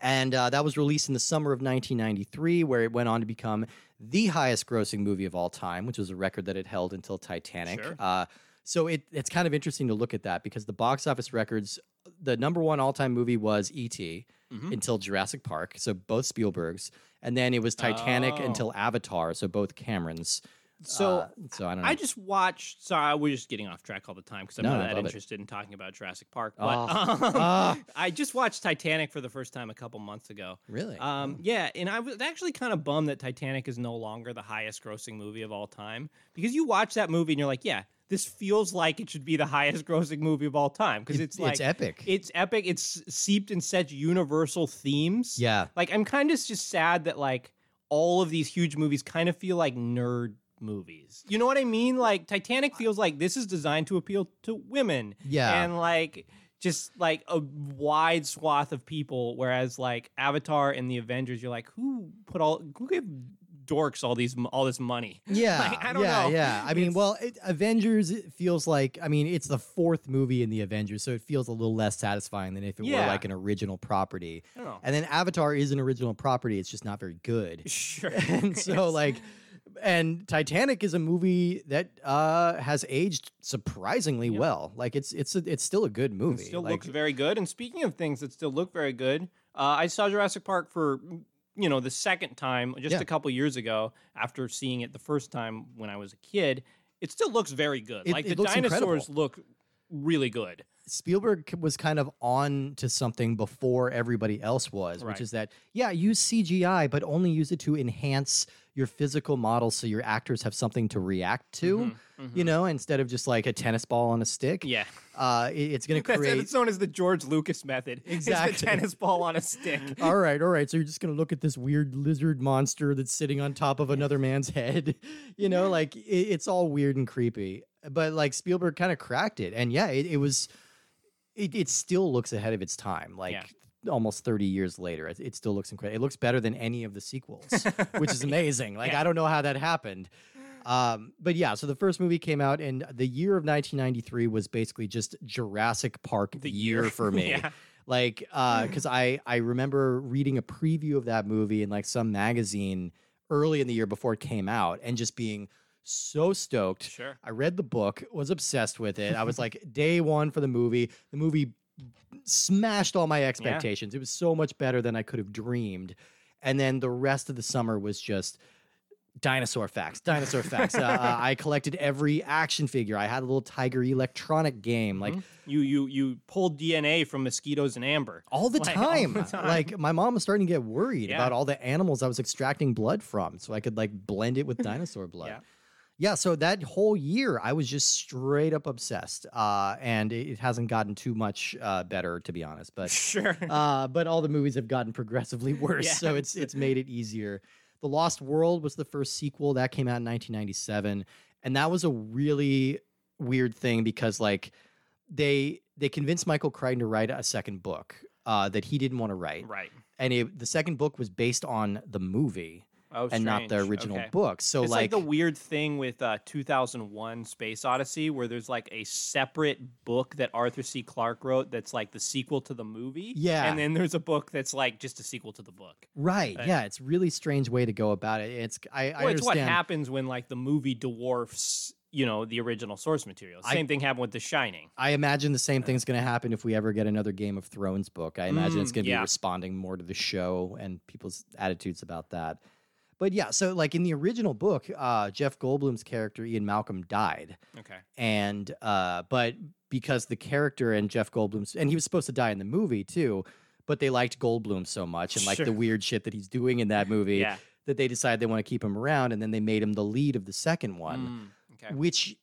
[SPEAKER 2] And uh, that was released in the summer of 1993, where it went on to become the highest grossing movie of all time, which was a record that it held until Titanic.
[SPEAKER 1] Sure.
[SPEAKER 2] Uh, so it, it's kind of interesting to look at that because the box office records, the number one all time movie was E.T.
[SPEAKER 1] Mhm.
[SPEAKER 2] until Jurassic Park, so both Spielberg's. And then it was Titanic
[SPEAKER 1] Oh.
[SPEAKER 2] until Avatar, so both Camerons.
[SPEAKER 1] So
[SPEAKER 2] Uh, so I don't know.
[SPEAKER 1] I just watched. Sorry, we're just getting off track all the time because I'm
[SPEAKER 2] No, I
[SPEAKER 1] not that
[SPEAKER 2] love it.
[SPEAKER 1] interested in talking about Jurassic Park. But
[SPEAKER 2] Ah.
[SPEAKER 1] um,
[SPEAKER 2] Ah.
[SPEAKER 1] I just watched Titanic for the first time a couple months ago.
[SPEAKER 2] really?
[SPEAKER 1] Um, yeah, and I was actually kind of bummed that Titanic is no longer the highest grossing movie of all time because you watch that movie and you're like, yeah, this feels like it should be the highest grossing movie of all time because
[SPEAKER 2] It-
[SPEAKER 1] it's like
[SPEAKER 2] it's epic.
[SPEAKER 1] It's epic. It's seeped in such universal themes.
[SPEAKER 2] yeah.
[SPEAKER 1] Like I'm kind of just sad that like all of these huge movies kind of feel like nerd movies. You know what I mean? Like Titanic feels like this is designed to appeal to women.
[SPEAKER 2] Yeah.
[SPEAKER 1] And like just like a wide swath of people whereas like Avatar and the Avengers you're like who put all who gave dorks all these all this money?
[SPEAKER 2] Yeah,
[SPEAKER 1] Like, I don't
[SPEAKER 2] yeah,
[SPEAKER 1] know.
[SPEAKER 2] yeah. I mean,
[SPEAKER 1] It's-
[SPEAKER 2] well, it, Avengers it feels like I mean, it's the fourth movie in the Avengers, so it feels a little less satisfying than if it were
[SPEAKER 1] Yeah.
[SPEAKER 2] like an original property.
[SPEAKER 1] I don't know.
[SPEAKER 2] And then Avatar is an original property; it's just not very good.
[SPEAKER 1] Sure.
[SPEAKER 2] And so,
[SPEAKER 1] It's-
[SPEAKER 2] like, and Titanic is a movie that uh, has aged surprisingly
[SPEAKER 1] Yep.
[SPEAKER 2] well. Like, it's it's a, it's still a good
[SPEAKER 1] It
[SPEAKER 2] movie.
[SPEAKER 1] still
[SPEAKER 2] like,
[SPEAKER 1] looks very good. And speaking of things that still look very good, uh, I saw Jurassic Park for you know the second time just
[SPEAKER 2] Yeah.
[SPEAKER 1] a couple years ago after seeing it the first time when I was a kid. It still looks very good.
[SPEAKER 2] It-
[SPEAKER 1] like
[SPEAKER 2] it
[SPEAKER 1] the
[SPEAKER 2] looks
[SPEAKER 1] dinosaurs
[SPEAKER 2] incredible.
[SPEAKER 1] look really good.
[SPEAKER 2] Spielberg c- was kind of on to something before everybody else was, which
[SPEAKER 1] Right.
[SPEAKER 2] is that yeah, use CGI, but only use it to enhance your physical model so your actors have something to react to. You know, instead of just like a tennis ball on a stick.
[SPEAKER 1] Mm-hmm. Yeah,
[SPEAKER 2] Uh, it- it's going to
[SPEAKER 1] that's
[SPEAKER 2] create.
[SPEAKER 1] it's known as the George Lucas method. It's
[SPEAKER 2] Exactly.
[SPEAKER 1] the tennis ball on a stick.
[SPEAKER 2] all right, all right. So you're just going to look at this weird lizard monster that's sitting on top of another man's head. You know, like it, it's all weird and creepy. But like Spielberg kind of cracked it. And yeah, it, it was, it, it still looks ahead of its time. Like, Almost 30 years later, it, it still looks incredible. It looks better than any of the sequels, which is amazing. Like,
[SPEAKER 1] Yeah.
[SPEAKER 2] I don't know how that happened. Um, but yeah, so the first movie came out, and the year of 1993 was basically just Jurassic Park
[SPEAKER 1] The
[SPEAKER 2] year for me
[SPEAKER 1] yeah.
[SPEAKER 2] like uh because i i remember reading a preview of that movie in like some magazine early in the year before it came out and just being so stoked
[SPEAKER 1] Sure.
[SPEAKER 2] i read the book was obsessed with it i was like day one for the movie the movie smashed all my expectations it was so much better than i could have dreamed and then the rest of the summer was just dinosaur facts dinosaur facts uh, uh, i collected every action figure i had a little tiger electronic game like
[SPEAKER 1] You you you pulled DNA from mosquitoes and amber.
[SPEAKER 2] all the,
[SPEAKER 1] Like, all
[SPEAKER 2] time.
[SPEAKER 1] the time.
[SPEAKER 2] Like my mom was starting to get worried
[SPEAKER 1] Yeah.
[SPEAKER 2] about all the animals I was extracting blood from, so I could like blend it with dinosaur blood.
[SPEAKER 1] Yeah.
[SPEAKER 2] Yeah, so that whole year I was just straight up obsessed, uh, and it, it hasn't gotten too much uh, better, to be honest. But
[SPEAKER 1] Sure.
[SPEAKER 2] uh, but all the movies have gotten progressively worse,
[SPEAKER 1] Yeah.
[SPEAKER 2] so it's it's made it easier. The Lost World was the first sequel that came out in 1997, and that was a really weird thing because like they they convinced Michael Crichton to write a second book uh, that he didn't want to write,
[SPEAKER 1] right.
[SPEAKER 2] and it, the second book was based on the movie
[SPEAKER 1] Oh,
[SPEAKER 2] and not the
[SPEAKER 1] strange.
[SPEAKER 2] original
[SPEAKER 1] Okay.
[SPEAKER 2] book. So
[SPEAKER 1] it's
[SPEAKER 2] like,
[SPEAKER 1] like, the weird thing with uh, 2001 Space Odyssey, where there's like a separate book that Arthur C. Clarke wrote that's like the sequel to the movie.
[SPEAKER 2] Yeah.
[SPEAKER 1] And then there's a book that's like just a sequel to the book.
[SPEAKER 2] right?
[SPEAKER 1] uh,
[SPEAKER 2] yeah, it's really strange way to go about it. It's I, I
[SPEAKER 1] Well, it's what
[SPEAKER 2] understand.
[SPEAKER 1] happens when like the movie dwarfs, you know, the original source material.
[SPEAKER 2] I-
[SPEAKER 1] Same thing happened with The Shining.
[SPEAKER 2] I imagine the same thing's going to happen if we ever get another Game of Thrones book. I imagine it's
[SPEAKER 1] Mm,
[SPEAKER 2] going to be
[SPEAKER 1] yeah.
[SPEAKER 2] responding more to the show and people's attitudes about that. But yeah, so like in the original book, uh, Jeff Goldblum's character Ian Malcolm died,
[SPEAKER 1] Okay.
[SPEAKER 2] and uh, but because the character and Jeff Goldblum's and he was supposed to die in the movie too, but they liked Goldblum so much and like the
[SPEAKER 1] Sure.
[SPEAKER 2] weird shit that he's doing in that movie
[SPEAKER 1] Yeah.
[SPEAKER 2] that they decided they want to keep him around, and then they made him the lead of the second one
[SPEAKER 1] Mm, okay.
[SPEAKER 2] which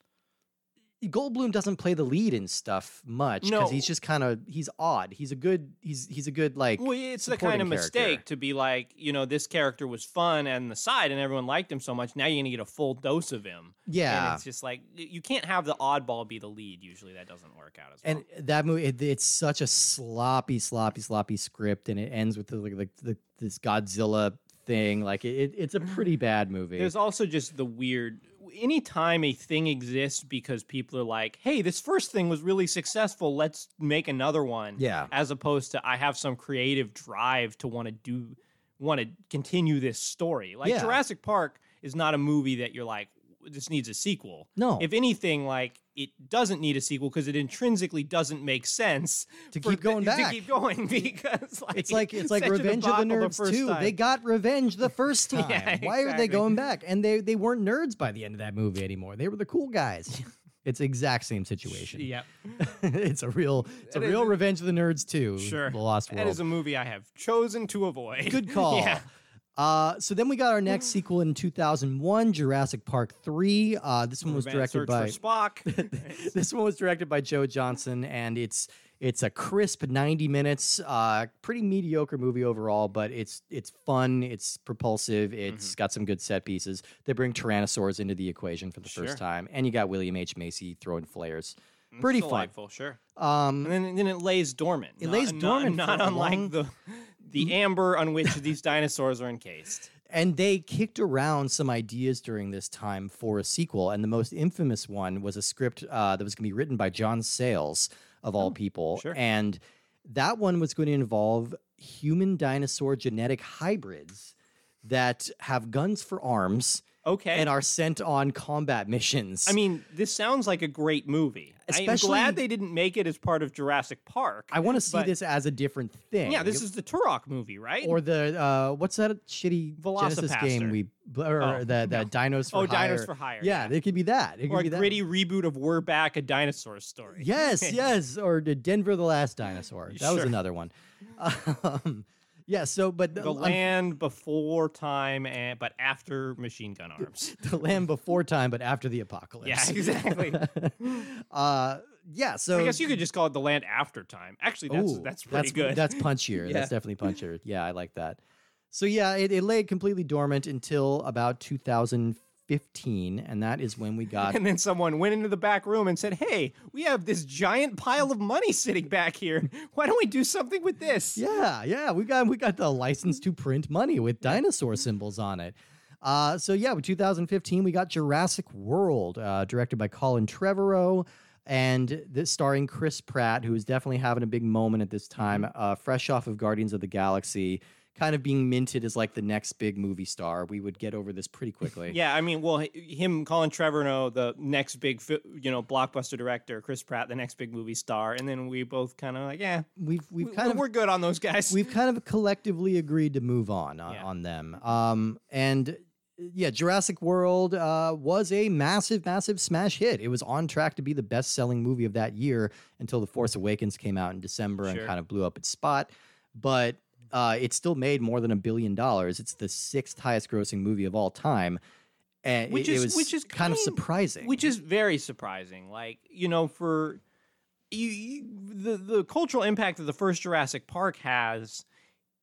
[SPEAKER 2] Goldblum doesn't play the lead in stuff much because he's
[SPEAKER 1] No.
[SPEAKER 2] just kind of he's odd. He's a good he's he's a good like
[SPEAKER 1] Well, it's the
[SPEAKER 2] supporting
[SPEAKER 1] kind of
[SPEAKER 2] character.
[SPEAKER 1] mistake to be like, you know, this character was fun and the side, and everyone liked him so much. Now you're gonna get a full dose of him. And
[SPEAKER 2] yeah.
[SPEAKER 1] it's just like y- you can't have the oddball be the lead. Usually that doesn't work out as well.
[SPEAKER 2] And that movie, it, it's such a sloppy, sloppy, sloppy script, and it ends with the, like like the, this Godzilla thing. Like it, it- it's a pretty bad movie.
[SPEAKER 1] There's also just the weird anytime a thing exists because people are like, hey, this first thing was really successful, let's make another one.
[SPEAKER 2] yeah,
[SPEAKER 1] As opposed to I have some creative drive to want to do want to continue this story. Like
[SPEAKER 2] Yeah.
[SPEAKER 1] Jurassic Park is not a movie that you're like, this needs a sequel.
[SPEAKER 2] no,
[SPEAKER 1] If anything, like it doesn't need a sequel because it intrinsically doesn't make sense
[SPEAKER 2] to
[SPEAKER 1] for
[SPEAKER 2] keep going
[SPEAKER 1] th-
[SPEAKER 2] back.
[SPEAKER 1] To keep going because like,
[SPEAKER 2] it's like it's like
[SPEAKER 1] such a
[SPEAKER 2] Revenge of the
[SPEAKER 1] debacle
[SPEAKER 2] Nerds
[SPEAKER 1] first
[SPEAKER 2] too. They
[SPEAKER 1] time.
[SPEAKER 2] got revenge the first time.
[SPEAKER 1] Yeah,
[SPEAKER 2] Why are they
[SPEAKER 1] exactly.
[SPEAKER 2] going back? And they they weren't nerds by the end of that movie anymore. They were the cool guys. it's the exact same situation.
[SPEAKER 1] Yep.
[SPEAKER 2] it's a real it's a
[SPEAKER 1] That
[SPEAKER 2] real
[SPEAKER 1] is-
[SPEAKER 2] Revenge of the Nerds too.
[SPEAKER 1] Sure.
[SPEAKER 2] The Lost
[SPEAKER 1] That
[SPEAKER 2] World.
[SPEAKER 1] is a movie I have chosen to avoid.
[SPEAKER 2] Good call.
[SPEAKER 1] yeah.
[SPEAKER 2] Uh, so then we got our next sequel in 2001, Jurassic Park 3. Uh, this one was directed
[SPEAKER 1] Revenge- Search
[SPEAKER 2] by
[SPEAKER 1] for Spock.
[SPEAKER 2] this one was directed by Joe Johnson, and it's it's a crisp 90 minutes, uh, pretty mediocre movie overall, but it's it's fun, it's propulsive, It's
[SPEAKER 1] Mm-hmm.
[SPEAKER 2] got some good set pieces. They bring Tyrannosaurs into the equation for the
[SPEAKER 1] Sure. Mm,
[SPEAKER 2] first time, and you got William H Macy throwing flares. Pretty fun.
[SPEAKER 1] delightful, sure.
[SPEAKER 2] Um,
[SPEAKER 1] And then, then it lays dormant.
[SPEAKER 2] It
[SPEAKER 1] not-
[SPEAKER 2] lays
[SPEAKER 1] not-
[SPEAKER 2] dormant
[SPEAKER 1] not,
[SPEAKER 2] for a
[SPEAKER 1] unlike
[SPEAKER 2] long-
[SPEAKER 1] the the amber on which these dinosaurs are encased.
[SPEAKER 2] and they kicked around some ideas during this time for a sequel and the most infamous one was a script uh, that was going to be written by john sayles of all people
[SPEAKER 1] Oh, sure.
[SPEAKER 2] and that one was going to involve human dinosaur genetic hybrids that have guns for arms
[SPEAKER 1] Okay.
[SPEAKER 2] and are sent on combat missions
[SPEAKER 1] I mean, this sounds like a great movie. I'm
[SPEAKER 2] Especially-
[SPEAKER 1] glad they didn't make it as part of Jurassic Park.
[SPEAKER 2] i want to see
[SPEAKER 1] but-
[SPEAKER 2] this as a different thing
[SPEAKER 1] yeah, this is the Turok movie, right?
[SPEAKER 2] or the uh, what's that shitty Genesis game
[SPEAKER 1] Velocipaster.
[SPEAKER 2] we or
[SPEAKER 1] Oh,
[SPEAKER 2] the, the dinos for
[SPEAKER 1] oh,
[SPEAKER 2] hire.
[SPEAKER 1] Dinos for Hire.
[SPEAKER 2] yeah, it could be that. It could
[SPEAKER 1] or a
[SPEAKER 2] be that.
[SPEAKER 1] gritty reboot of We're Back, a dinosaur story.
[SPEAKER 2] Yes, yes, or the Denver the Last Dinosaur. That was
[SPEAKER 1] Sure.
[SPEAKER 2] another one. Um, yeah. So, but
[SPEAKER 1] The land before time, and but after machine gun arms.
[SPEAKER 2] the land before time, but after the apocalypse.
[SPEAKER 1] yeah, exactly.
[SPEAKER 2] uh, yeah. So
[SPEAKER 1] I guess you could just call it the land after time. Actually, that's
[SPEAKER 2] Ooh,
[SPEAKER 1] that's pretty good.
[SPEAKER 2] That's punchier.
[SPEAKER 1] Yeah.
[SPEAKER 2] That's definitely punchier. Yeah, I like that. So yeah, it, it lay completely dormant until about 2015, and that is when we got
[SPEAKER 1] and then someone went into the back room and said, "Hey, we have this giant pile of money sitting back here. Why don't we do something with this?"
[SPEAKER 2] Yeah, yeah, we got we got the license to print money with dinosaur symbols on it. Uh, so yeah, with 2015 we got Jurassic World, uh, directed by Colin Trevorrow, and this starring Chris Pratt, who is definitely having a big moment at this
[SPEAKER 1] Mm-hmm.
[SPEAKER 2] time, uh, fresh off of Guardians of the Galaxy, kind of being minted as like the next big movie star. We would get over this pretty quickly.
[SPEAKER 1] Yeah, I mean, well, h- him, Colin Trevorrow, the next big, fi- you know, blockbuster director, Chris Pratt, the next big movie star, and then we both kind of like, yeah,
[SPEAKER 2] We've we've
[SPEAKER 1] we,
[SPEAKER 2] kind of
[SPEAKER 1] we're good on those guys.
[SPEAKER 2] we've kind of collectively agreed to move on on,
[SPEAKER 1] Yeah.
[SPEAKER 2] on them. Um, and yeah, Jurassic World uh, was a massive, massive smash hit. It was on track to be the best selling movie of that year until The Force Awakens came out in December and
[SPEAKER 1] Sure.
[SPEAKER 2] kind of blew up its spot. But uh, it still made more than a billion dollars. It's the sixth highest grossing movie of all time. And
[SPEAKER 1] Which
[SPEAKER 2] it, it
[SPEAKER 1] is-
[SPEAKER 2] was
[SPEAKER 1] which is
[SPEAKER 2] kind of
[SPEAKER 1] kind-
[SPEAKER 2] surprising.
[SPEAKER 1] which is very surprising. Like you know, for you, you the the cultural impact that the first Jurassic Park has,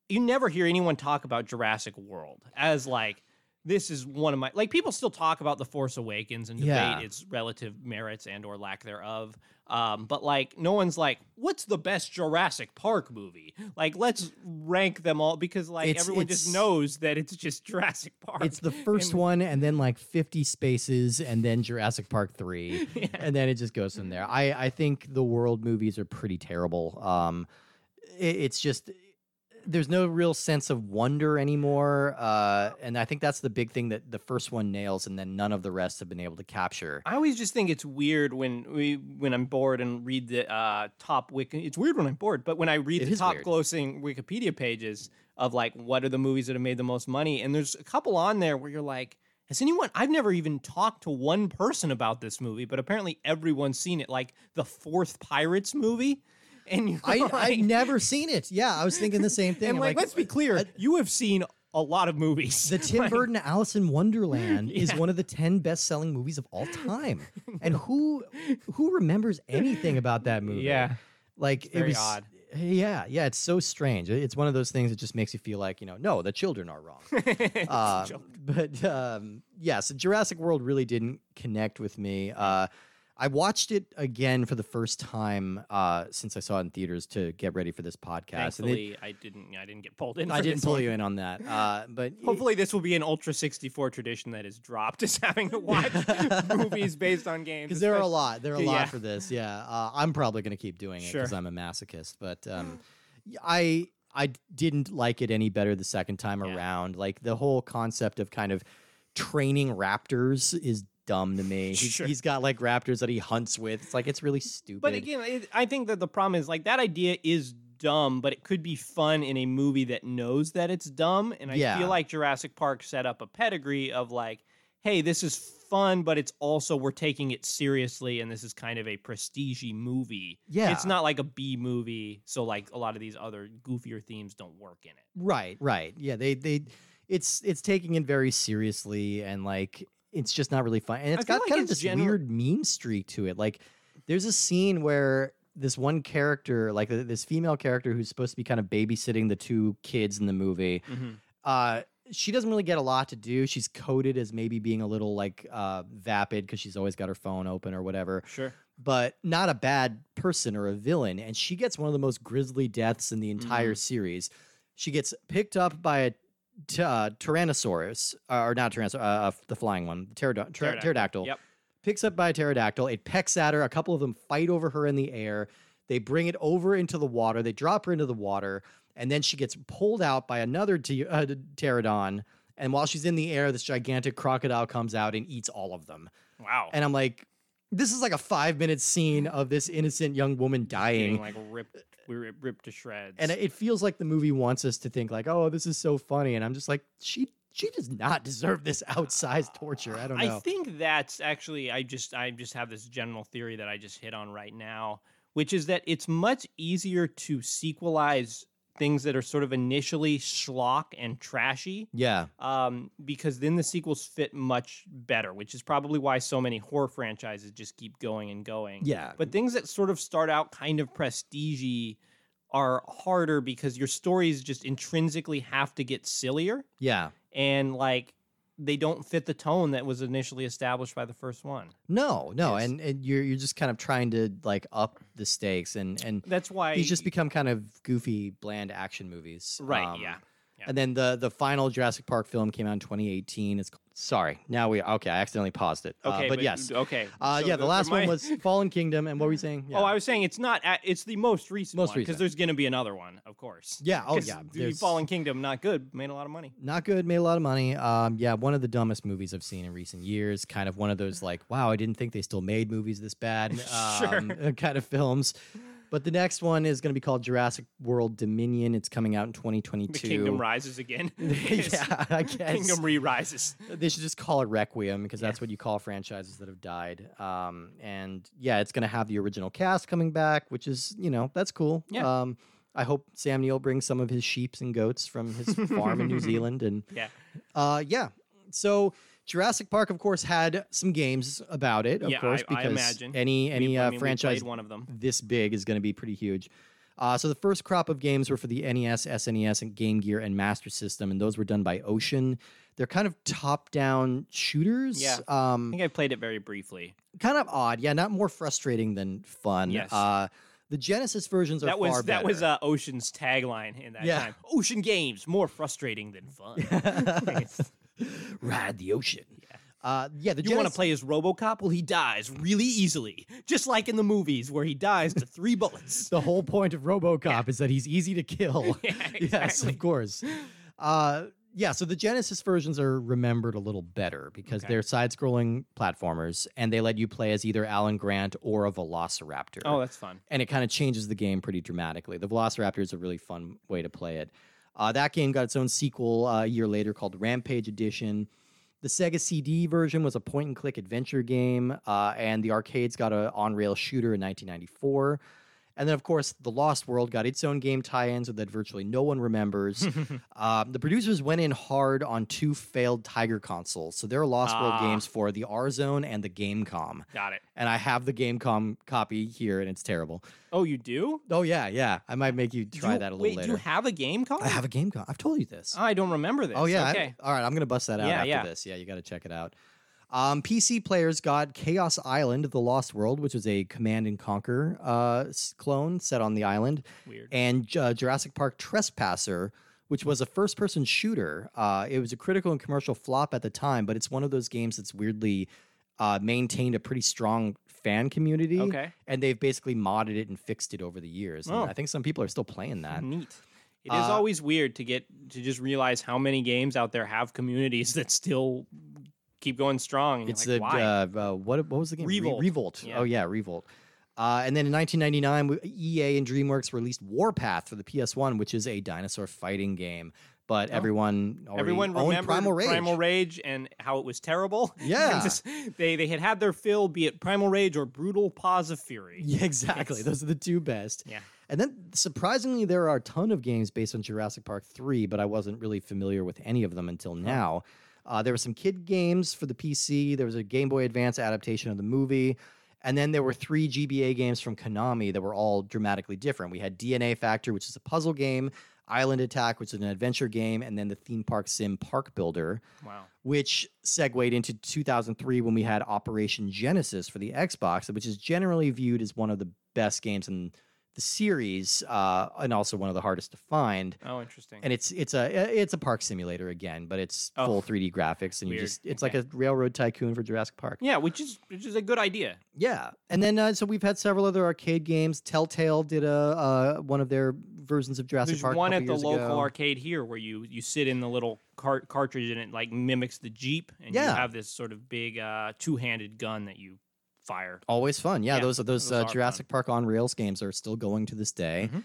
[SPEAKER 1] you never hear anyone talk about Jurassic World as like this is one of my like people still talk about the Force Awakens and debate
[SPEAKER 2] Yeah.
[SPEAKER 1] its relative merits and or lack thereof. Um, but like no one's like, what's the best Jurassic Park movie? Like let's rank them all because like
[SPEAKER 2] It's-
[SPEAKER 1] everyone
[SPEAKER 2] it's-
[SPEAKER 1] just knows that it's just Jurassic Park.
[SPEAKER 2] It's the first
[SPEAKER 1] And-
[SPEAKER 2] one, and then like 50 spaces, and then Jurassic Park 3. And then it just goes from there. I, I think the world movies are pretty terrible. Um, i- it's just, there's no real sense of wonder anymore. Uh, and I think that's the big thing that the first one nails, and then none of the rest have been able to capture.
[SPEAKER 1] I always just think it's weird when we when I'm bored and read the uh, top wiki. It's weird when I'm bored, but when I read
[SPEAKER 2] It
[SPEAKER 1] the
[SPEAKER 2] is
[SPEAKER 1] top
[SPEAKER 2] weird.
[SPEAKER 1] grossing Wikipedia pages of like what are the movies that have made the most money, and there's a couple on there where you're like, has anyone? I've never even talked to one person about this movie, but apparently everyone's seen it. Like the fourth Pirates movie, and you're
[SPEAKER 2] I,
[SPEAKER 1] like,
[SPEAKER 2] I've never seen it. Yeah, I was thinking the same thing.
[SPEAKER 1] and
[SPEAKER 2] I'm
[SPEAKER 1] like, let's be clear, you have seen a lot of movies.
[SPEAKER 2] The Tim
[SPEAKER 1] Like,
[SPEAKER 2] Burton Alice in Wonderland is one of the 10 best-selling movies of all time. And who who remembers anything about that movie?
[SPEAKER 1] yeah,
[SPEAKER 2] Like it
[SPEAKER 1] very
[SPEAKER 2] was
[SPEAKER 1] odd.
[SPEAKER 2] Yeah, yeah, it's so strange. It- It's one of those things that just makes you feel like, you know, no, the children are wrong. Uh, but um, yeah, so Jurassic World really didn't connect with me. Uh, I watched it again for the first time uh, since I saw it in theaters to get ready for this podcast. and it-
[SPEAKER 1] Thankfully, I didn't. I didn't get pulled in.
[SPEAKER 2] I
[SPEAKER 1] for
[SPEAKER 2] didn't
[SPEAKER 1] this
[SPEAKER 2] pull
[SPEAKER 1] one.
[SPEAKER 2] you in on that, uh, but
[SPEAKER 1] Hopefully, this will be an Ultra 64 tradition that is dropped is having to watch movies based on games.
[SPEAKER 2] because there are a
[SPEAKER 1] especially-
[SPEAKER 2] lot. There are a lot
[SPEAKER 1] Yeah.
[SPEAKER 2] for this. Yeah, uh, I'm probably going to keep doing it because
[SPEAKER 1] Sure. Mm.
[SPEAKER 2] I'm a masochist. But um, y- I I didn't like it any better the second time
[SPEAKER 1] Yeah.
[SPEAKER 2] around. Like the whole concept of kind of training raptors is dumb to me. He's-
[SPEAKER 1] Sure.
[SPEAKER 2] he's got like raptors that he hunts with. It's like it's really stupid.
[SPEAKER 1] But again, it, I think that the problem is like that idea is dumb, but it could be fun in a movie that knows that it's dumb. And I
[SPEAKER 2] Yeah.
[SPEAKER 1] feel like Jurassic Park set up a pedigree of like, hey, this is fun, but it's also we're taking it seriously, and this is kind of a prestige movie.
[SPEAKER 2] yeah,
[SPEAKER 1] It's not like a B movie, so like a lot of these other goofier themes don't work in it.
[SPEAKER 2] Right, right. Yeah, they they it's it's taking it very seriously and like it's just not really fun. And it's
[SPEAKER 1] feel
[SPEAKER 2] got
[SPEAKER 1] like
[SPEAKER 2] kind of
[SPEAKER 1] it's
[SPEAKER 2] this
[SPEAKER 1] gener-
[SPEAKER 2] weird mean streak to it. Like there's a scene where this one character, like th- this female character who's supposed to be kind of babysitting the two kids in the movie, uh she doesn't really get a lot to do. She's coded as maybe being a little like uh vapid because she's always got her phone open or whatever
[SPEAKER 1] Sure.
[SPEAKER 2] but not a bad person or a villain. And she gets one of the most grisly deaths in the
[SPEAKER 1] Mm-hmm.
[SPEAKER 2] entire series. She gets picked up by a t- uh, Tyrannosaurus, uh, or not Tyrannosaurus, uh, uh, the flying one, the pterod- pter-
[SPEAKER 1] Pterodactyl,
[SPEAKER 2] pterodactyl.
[SPEAKER 1] yep.
[SPEAKER 2] Picks up by a pterodactyl. It pecks at her. A couple of them fight over her in the air. They bring it over into the water. They drop her into the water. And then she gets pulled out by another t- uh, pterodon. And while she's in the air, this gigantic crocodile comes out and eats all of them.
[SPEAKER 1] Wow.
[SPEAKER 2] And I'm like, this is like a five minute scene of this innocent young woman dying.
[SPEAKER 1] getting
[SPEAKER 2] Uh,
[SPEAKER 1] like ripped, we were ripped to shreds.
[SPEAKER 2] And it feels like the movie wants us to think like, oh, this is so funny. And I'm just like, she she does not deserve this outsized torture. I don't know.
[SPEAKER 1] I think that's actually I just I just have this general theory that I just hit on right now, which is that it's much easier to sequelize things that are sort of initially schlock and trashy
[SPEAKER 2] yeah.
[SPEAKER 1] um, because then the sequels fit much better, which is probably why so many horror franchises just keep going and going.
[SPEAKER 2] Yeah.
[SPEAKER 1] But things that sort of start out kind of prestige are harder because your stories just intrinsically have to get sillier
[SPEAKER 2] Yeah.
[SPEAKER 1] and like they don't fit the tone that was initially established by the first one.
[SPEAKER 2] No, no.
[SPEAKER 1] Yes.
[SPEAKER 2] And and you're you're just kind of trying to like up the stakes and and
[SPEAKER 1] That's why
[SPEAKER 2] these just become kind of goofy, bland action movies. Um,
[SPEAKER 1] right. yeah, yeah.
[SPEAKER 2] And then the the final Jurassic Park film came out in 2018. It's sorry. Now we okay. I accidentally paused it. Uh,
[SPEAKER 1] okay,
[SPEAKER 2] but, yes.
[SPEAKER 1] okay.
[SPEAKER 2] Uh,
[SPEAKER 1] so
[SPEAKER 2] yeah, the, last
[SPEAKER 1] my-
[SPEAKER 2] one was Fallen Kingdom, and what were you saying? Yeah.
[SPEAKER 1] Oh, I was saying it's not. a- It's the most recent
[SPEAKER 2] Most
[SPEAKER 1] because
[SPEAKER 2] recent.
[SPEAKER 1] there's going to be another one, of course.
[SPEAKER 2] yeah. Oh,
[SPEAKER 1] 'Cause
[SPEAKER 2] yeah.
[SPEAKER 1] The
[SPEAKER 2] there's-
[SPEAKER 1] Fallen Kingdom, not good, made a lot of money.
[SPEAKER 2] Not good. Made a lot of money. Um, yeah, one of the dumbest movies I've seen in recent years. Kind of one of those like, wow, I didn't think they still made movies this bad.
[SPEAKER 1] Sure.
[SPEAKER 2] um, kind of films. But the next one is going to be called Jurassic World Dominion. It's coming out in 2022.
[SPEAKER 1] The Kingdom rises again.
[SPEAKER 2] yeah, I guess.
[SPEAKER 1] Kingdom re rises.
[SPEAKER 2] They should just call it Requiem because that's what you call franchises that have died. Um, and yeah, it's going to have the original cast coming back, which is, you know, that's cool.
[SPEAKER 1] Yeah.
[SPEAKER 2] Um, I hope Sam Neill brings some of his sheeps and goats from his farm in New Zealand. And
[SPEAKER 1] Yeah.
[SPEAKER 2] uh, yeah. So Jurassic Park, of course, had some games about it, of
[SPEAKER 1] Yeah, I-
[SPEAKER 2] course,
[SPEAKER 1] I
[SPEAKER 2] because
[SPEAKER 1] imagine.
[SPEAKER 2] any, any
[SPEAKER 1] We- I
[SPEAKER 2] uh,
[SPEAKER 1] mean, we played
[SPEAKER 2] franchise
[SPEAKER 1] one of them.
[SPEAKER 2] this big is going to be pretty huge. Uh, so the first crop of games were for the E NES, SNES, and Game Gear and Master System, and those were done by Ocean. They're kind of top-down shooters.
[SPEAKER 1] Yeah. I
[SPEAKER 2] Um,
[SPEAKER 1] think I played it very briefly.
[SPEAKER 2] kind of odd. Yeah, not more frustrating than fun.
[SPEAKER 1] Yes.
[SPEAKER 2] Uh, the Genesis versions are
[SPEAKER 1] That was
[SPEAKER 2] far
[SPEAKER 1] that was
[SPEAKER 2] better.
[SPEAKER 1] uh, Ocean's tagline in that
[SPEAKER 2] Yeah.
[SPEAKER 1] time. Ocean games more frustrating than fun.
[SPEAKER 2] ride the ocean. Uh, yeah, the
[SPEAKER 1] You want to
[SPEAKER 2] Genesis-
[SPEAKER 1] play as RoboCop? Well, he dies really easily, just like in the movies where he dies to three bullets.
[SPEAKER 2] the whole point of RoboCop is that he's easy to kill.
[SPEAKER 1] Yeah,
[SPEAKER 2] Yes,
[SPEAKER 1] exactly.
[SPEAKER 2] of course. Uh, yeah, so the Genesis versions are remembered a little better because
[SPEAKER 1] Okay.
[SPEAKER 2] they're side-scrolling platformers, and they let you play as either Alan Grant or a Velociraptor.
[SPEAKER 1] Oh, that's fun.
[SPEAKER 2] and it kind of changes the game pretty dramatically. The Velociraptor is a really fun way to play it. Uh, that game got its own sequel uh, a year later called Rampage Edition. The Sega CD version was a point and click adventure game, uh, and the arcades got a on rail shooter in 1994. And then, of course, The Lost World got its own game tie ins that virtually no one remembers. um, the producers went in hard on two failed Tiger consoles. So there are Lost World
[SPEAKER 1] Ah.
[SPEAKER 2] games for the R Zone and the Gamecom.
[SPEAKER 1] Got it.
[SPEAKER 2] And I have the Gamecom copy here, and it's terrible.
[SPEAKER 1] Oh, you do?
[SPEAKER 2] Oh yeah, yeah. I might make you
[SPEAKER 1] Do
[SPEAKER 2] try
[SPEAKER 1] you-
[SPEAKER 2] that a little
[SPEAKER 1] wait,
[SPEAKER 2] later.
[SPEAKER 1] Do you have a game card?
[SPEAKER 2] I have a game con. I've told you this.
[SPEAKER 1] I don't remember this.
[SPEAKER 2] oh yeah. I-
[SPEAKER 1] Okay.
[SPEAKER 2] all right, I'm gonna bust that out
[SPEAKER 1] Yeah,
[SPEAKER 2] after
[SPEAKER 1] yeah.
[SPEAKER 2] this. Yeah, you got to check it out. Um, PC players got Chaos Island: The Lost World, which was a Command and Conquer uh, s- clone set on the island,
[SPEAKER 1] Weird.
[SPEAKER 2] and uh, Jurassic Park Trespasser, which was a first-person shooter. Uh, it was a critical and commercial flop at the time, but it's one of those games that's weirdly uh, maintained a pretty strong fan community.
[SPEAKER 1] Okay.
[SPEAKER 2] and they've basically modded it and fixed it over the years. And
[SPEAKER 1] Oh. Hmm.
[SPEAKER 2] I think some people are still playing that.
[SPEAKER 1] Neat. It is
[SPEAKER 2] Uh,
[SPEAKER 1] always weird to get to just realize how many games out there have communities that still keep going strong. and you're
[SPEAKER 2] It's
[SPEAKER 1] like,
[SPEAKER 2] the
[SPEAKER 1] why?
[SPEAKER 2] uh, uh, what what was the game? Re-
[SPEAKER 1] Revolt.
[SPEAKER 2] Revolt.
[SPEAKER 1] Yeah.
[SPEAKER 2] Oh yeah, Revolt. Uh, and then in 1999, w- EA E and DreamWorks released Warpath for the PS1, which is a dinosaur fighting game. But everyone already
[SPEAKER 1] Oh. Everyone
[SPEAKER 2] owned
[SPEAKER 1] remembered
[SPEAKER 2] Oh, Primal Rage.
[SPEAKER 1] and how it was terrible. And
[SPEAKER 2] Yeah.
[SPEAKER 1] just- they they had had their fill, be it Primal Rage or Brutal Paws of Fury.
[SPEAKER 2] Yeah, exactly.
[SPEAKER 1] Yes.
[SPEAKER 2] Those are the two best.
[SPEAKER 1] Yeah.
[SPEAKER 2] And then surprisingly, there are a ton of games based on Jurassic Park 3, but I wasn't really familiar with any of them
[SPEAKER 1] Uh-huh.
[SPEAKER 2] until now. Uh, there were some kid games for the PC, there was a Game Boy Advance adaptation of the movie. And then there were three GBA games from Konami that were all dramatically different. We had DNA Factor, which is a puzzle game, Island Attack, which is an adventure game, and then the theme park sim Park Builder,
[SPEAKER 1] Wow.
[SPEAKER 2] which segued into 2003 when we had Operation Genesis for the Xbox, which is generally viewed as one of the best games in the series, uh, and also one of the hardest to find.
[SPEAKER 1] Oh, interesting.
[SPEAKER 2] And it's it's a it's a park simulator again, but it's
[SPEAKER 1] Oh.
[SPEAKER 2] full 3D graphics, and you
[SPEAKER 1] Weird.
[SPEAKER 2] just it's
[SPEAKER 1] Okay.
[SPEAKER 2] like a railroad tycoon for Jurassic Park.
[SPEAKER 1] yeah, which is which is a good idea.
[SPEAKER 2] Yeah, and then uh, so we've had several other arcade games. Telltale did a uh, one of their versions of Jurassic
[SPEAKER 1] There's
[SPEAKER 2] Park. a
[SPEAKER 1] one
[SPEAKER 2] couple
[SPEAKER 1] at the
[SPEAKER 2] years
[SPEAKER 1] local
[SPEAKER 2] ago.
[SPEAKER 1] arcade here where you you sit in the little cart cartridge and it like mimics the Jeep and you
[SPEAKER 2] Yeah.
[SPEAKER 1] have this sort of big uh, two-handed gun that you fire.
[SPEAKER 2] Always fun. Yeah,
[SPEAKER 1] Yeah,
[SPEAKER 2] those those,
[SPEAKER 1] those
[SPEAKER 2] uh,
[SPEAKER 1] are
[SPEAKER 2] Jurassic Park on Rails games are still going to this day.
[SPEAKER 1] Mhm.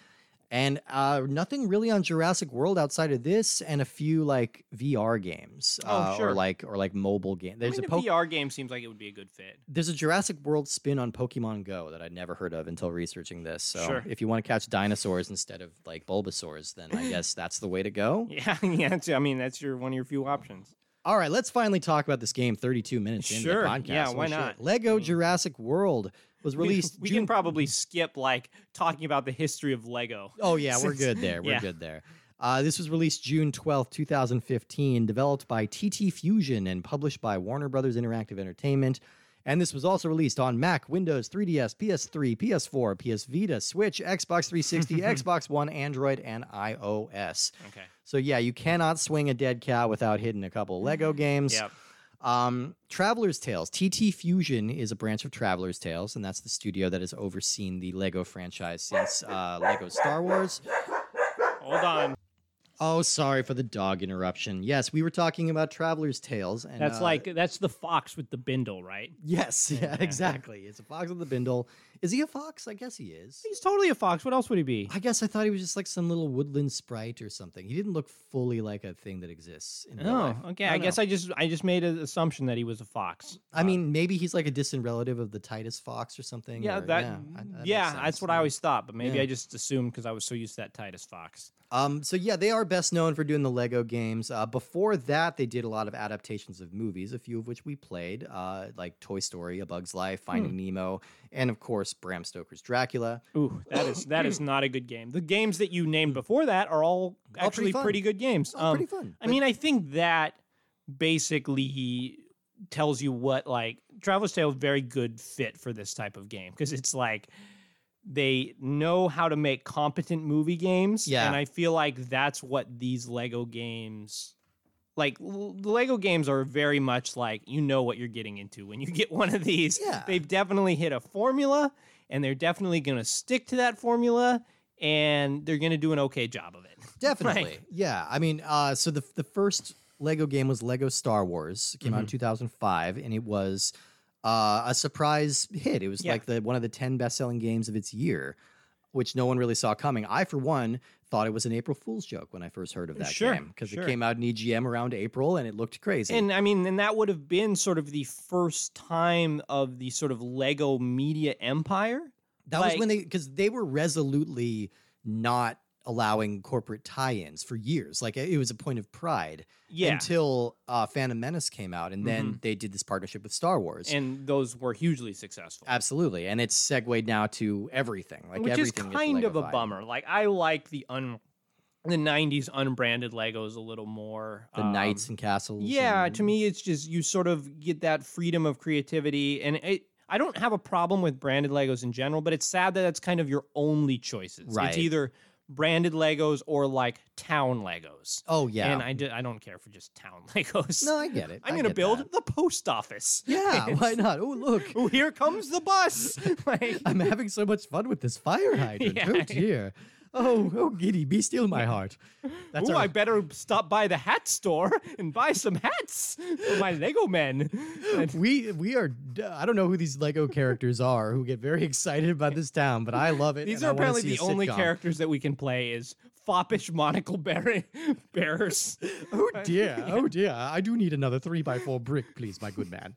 [SPEAKER 2] And uh, nothing really on Jurassic World outside of this, and a few like VR games,
[SPEAKER 1] Oh,
[SPEAKER 2] uh, or
[SPEAKER 1] sure.
[SPEAKER 2] like or like mobile game. There's
[SPEAKER 1] I mean,
[SPEAKER 2] a po-
[SPEAKER 1] the VR game seems like it would be a good fit.
[SPEAKER 2] there's a Jurassic World spin on Pokemon Go that I'd never heard of until researching this. So
[SPEAKER 1] Sure.
[SPEAKER 2] if you want to catch dinosaurs instead of like Bulbasaurs, then I guess that's the way to go.
[SPEAKER 1] Yeah, yeah. it's- I mean, that's your one of your few options.
[SPEAKER 2] All right, let's finally talk about this game. 32 minutes into
[SPEAKER 1] Sure.
[SPEAKER 2] the podcast.
[SPEAKER 1] Yeah,
[SPEAKER 2] Holy
[SPEAKER 1] why
[SPEAKER 2] shit.
[SPEAKER 1] not?
[SPEAKER 2] Lego
[SPEAKER 1] I mean-
[SPEAKER 2] Jurassic World was
[SPEAKER 1] We-
[SPEAKER 2] released.
[SPEAKER 1] We,
[SPEAKER 2] June
[SPEAKER 1] can probably skip like talking about the history of Lego.
[SPEAKER 2] Oh yeah, we're
[SPEAKER 1] Since-
[SPEAKER 2] good there. We're
[SPEAKER 1] yeah.
[SPEAKER 2] good there. Uh, this was released June twelfth, two 2015, developed by TT Fusion and published by Warner Brothers Interactive Entertainment. And this was also released on Mac, Windows, 3DS, PS3, PS4, PS Vita, Switch, Xbox 360, Xbox One, Android, and iOS.
[SPEAKER 1] Okay.
[SPEAKER 2] So yeah, you cannot swing a dead cow without hitting a couple
[SPEAKER 1] Mm-hmm.
[SPEAKER 2] Lego games.
[SPEAKER 1] Yeah.
[SPEAKER 2] Um, Traveler's Tales. TT Fusion is a branch of Traveler's Tales, and that's the studio that has overseen the Lego franchise since uh, Lego Star Wars.
[SPEAKER 1] Hold on.
[SPEAKER 2] Oh, sorry for the dog interruption. Yes, we were talking about Traveler's Tales, and
[SPEAKER 1] That's
[SPEAKER 2] uh,
[SPEAKER 1] like that's the fox with the bindle, right?
[SPEAKER 2] yes, yeah,
[SPEAKER 1] Yeah.
[SPEAKER 2] exactly. It's a fox with a bindle. Is he a fox? I guess he is.
[SPEAKER 1] He's totally a fox. What else would he be?
[SPEAKER 2] I guess I thought he was just like some little woodland sprite or something. He didn't look fully like a thing that exists in real
[SPEAKER 1] Oh,
[SPEAKER 2] life.
[SPEAKER 1] okay. I,
[SPEAKER 2] don't
[SPEAKER 1] guess
[SPEAKER 2] know.
[SPEAKER 1] I just I just made an assumption that he was a fox.
[SPEAKER 2] I mean, maybe he's like a distant relative of the Titus fox or something.
[SPEAKER 1] yeah,
[SPEAKER 2] or-
[SPEAKER 1] that
[SPEAKER 2] yeah, I-
[SPEAKER 1] yeah,
[SPEAKER 2] that makes
[SPEAKER 1] that's
[SPEAKER 2] sense,
[SPEAKER 1] what I
[SPEAKER 2] yeah.
[SPEAKER 1] always thought, but maybe
[SPEAKER 2] Yeah.
[SPEAKER 1] I just assumed because I was so used to that Titus fox.
[SPEAKER 2] Um, so yeah, they are best known for doing the Lego games. Uh, before that, they did a lot of adaptations of movies, a few of which we played, uh, like Toy Story, A Bug's Life, Finding Nemo, and of course Bram Stoker's Dracula.
[SPEAKER 1] Ooh, that is that is not a good game. The games that you named before that are all
[SPEAKER 2] pretty
[SPEAKER 1] actually
[SPEAKER 2] fun.
[SPEAKER 1] pretty, good games. Um,
[SPEAKER 2] Oh, pretty fun.
[SPEAKER 1] I mean, I think that basically tells you what like Traveler's Tale is a very good fit for this type of game because it's like they know how to make competent movie games.
[SPEAKER 2] Yeah.
[SPEAKER 1] And I feel like that's what these Lego games like l- the Lego games are very much like you know what you're getting into when you get one of these.
[SPEAKER 2] Yeah.
[SPEAKER 1] They've definitely hit a formula and they're definitely going to stick to that formula and they're going to do an okay job of it.
[SPEAKER 2] Definitely. Yeah. I mean, uh, so the the first Lego game was Lego Star Wars. It came out
[SPEAKER 1] Mm-hmm.
[SPEAKER 2] in 2005, and it was uh, a surprise hit. It was
[SPEAKER 1] Yeah.
[SPEAKER 2] like the one of the 10 best selling games of its year, which no one really saw coming. I, for one, thought it was an April Fool's joke when I first heard of that
[SPEAKER 1] Sure,
[SPEAKER 2] game because
[SPEAKER 1] sure.
[SPEAKER 2] it came out in EGM around April, and it looked crazy.
[SPEAKER 1] And I mean, and that would have been sort of the first time of the sort of Lego media empire.
[SPEAKER 2] That was
[SPEAKER 1] Like-
[SPEAKER 2] when they because they were resolutely not allowing corporate tie-ins for years. Like it was a point of pride
[SPEAKER 1] Yeah. Mm-hmm.
[SPEAKER 2] until uh, Phantom Menace came out, and then they did this partnership with Star Wars.
[SPEAKER 1] and those were hugely successful.
[SPEAKER 2] Absolutely, and it's segued now to everything. Like
[SPEAKER 1] which is
[SPEAKER 2] everything
[SPEAKER 1] kind of a
[SPEAKER 2] Legofied.
[SPEAKER 1] bummer. Like I like the un the 90s unbranded Legos a little more.
[SPEAKER 2] The
[SPEAKER 1] um,
[SPEAKER 2] knights and castles.
[SPEAKER 1] Yeah,
[SPEAKER 2] and-
[SPEAKER 1] to me, it's just you sort of get that freedom of creativity, and it, I don't have a problem with branded Legos in general, but it's sad that that's kind of your only choices.
[SPEAKER 2] Right.
[SPEAKER 1] It's either branded Legos or like town Legos.
[SPEAKER 2] Oh yeah.
[SPEAKER 1] And I, d- I don't care for just town Legos.
[SPEAKER 2] no, I get it.
[SPEAKER 1] I'm
[SPEAKER 2] I
[SPEAKER 1] gonna
[SPEAKER 2] get
[SPEAKER 1] build
[SPEAKER 2] that.
[SPEAKER 1] the post office.
[SPEAKER 2] Yeah, why not? Oh look,
[SPEAKER 1] Oh, here comes the bus. like,
[SPEAKER 2] I'm having so much fun with this fire hydrant.
[SPEAKER 1] Yeah.
[SPEAKER 2] Oh dear. Oh, oh, giddy, be still, my heart. That's
[SPEAKER 1] ooh,
[SPEAKER 2] our-
[SPEAKER 1] I better stop by the hat store and buy some hats for my Lego men. And-
[SPEAKER 2] we we are d- I don't know who these Lego characters are who get very excited about this town, but I love it.
[SPEAKER 1] These
[SPEAKER 2] and I
[SPEAKER 1] are
[SPEAKER 2] wanna
[SPEAKER 1] apparently
[SPEAKER 2] see a
[SPEAKER 1] the only
[SPEAKER 2] sitcom.
[SPEAKER 1] characters that we can play is foppish monocle bear- bearers.
[SPEAKER 2] Oh dear, oh dear! I do need another three by four brick, please, my good man.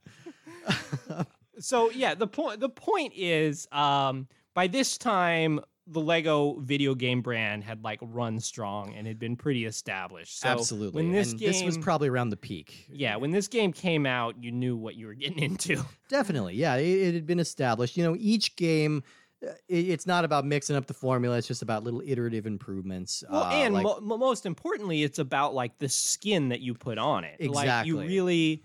[SPEAKER 1] so yeah, the point the point is um by this time the Lego video game brand had like run strong and had been pretty established. So
[SPEAKER 2] Absolutely,
[SPEAKER 1] When this
[SPEAKER 2] and
[SPEAKER 1] game
[SPEAKER 2] this was probably around the peak.
[SPEAKER 1] Yeah, when this game came out, you knew what you were getting
[SPEAKER 2] Uh,
[SPEAKER 1] into.
[SPEAKER 2] Definitely, yeah, it, it had been established. You know, each game, uh, it, it's not about mixing up the formula; it's just about little iterative improvements.
[SPEAKER 1] Well,
[SPEAKER 2] uh,
[SPEAKER 1] and
[SPEAKER 2] like-
[SPEAKER 1] mo- mo- most importantly, it's about like the skin that you put on it. Like you
[SPEAKER 2] Exactly.
[SPEAKER 1] really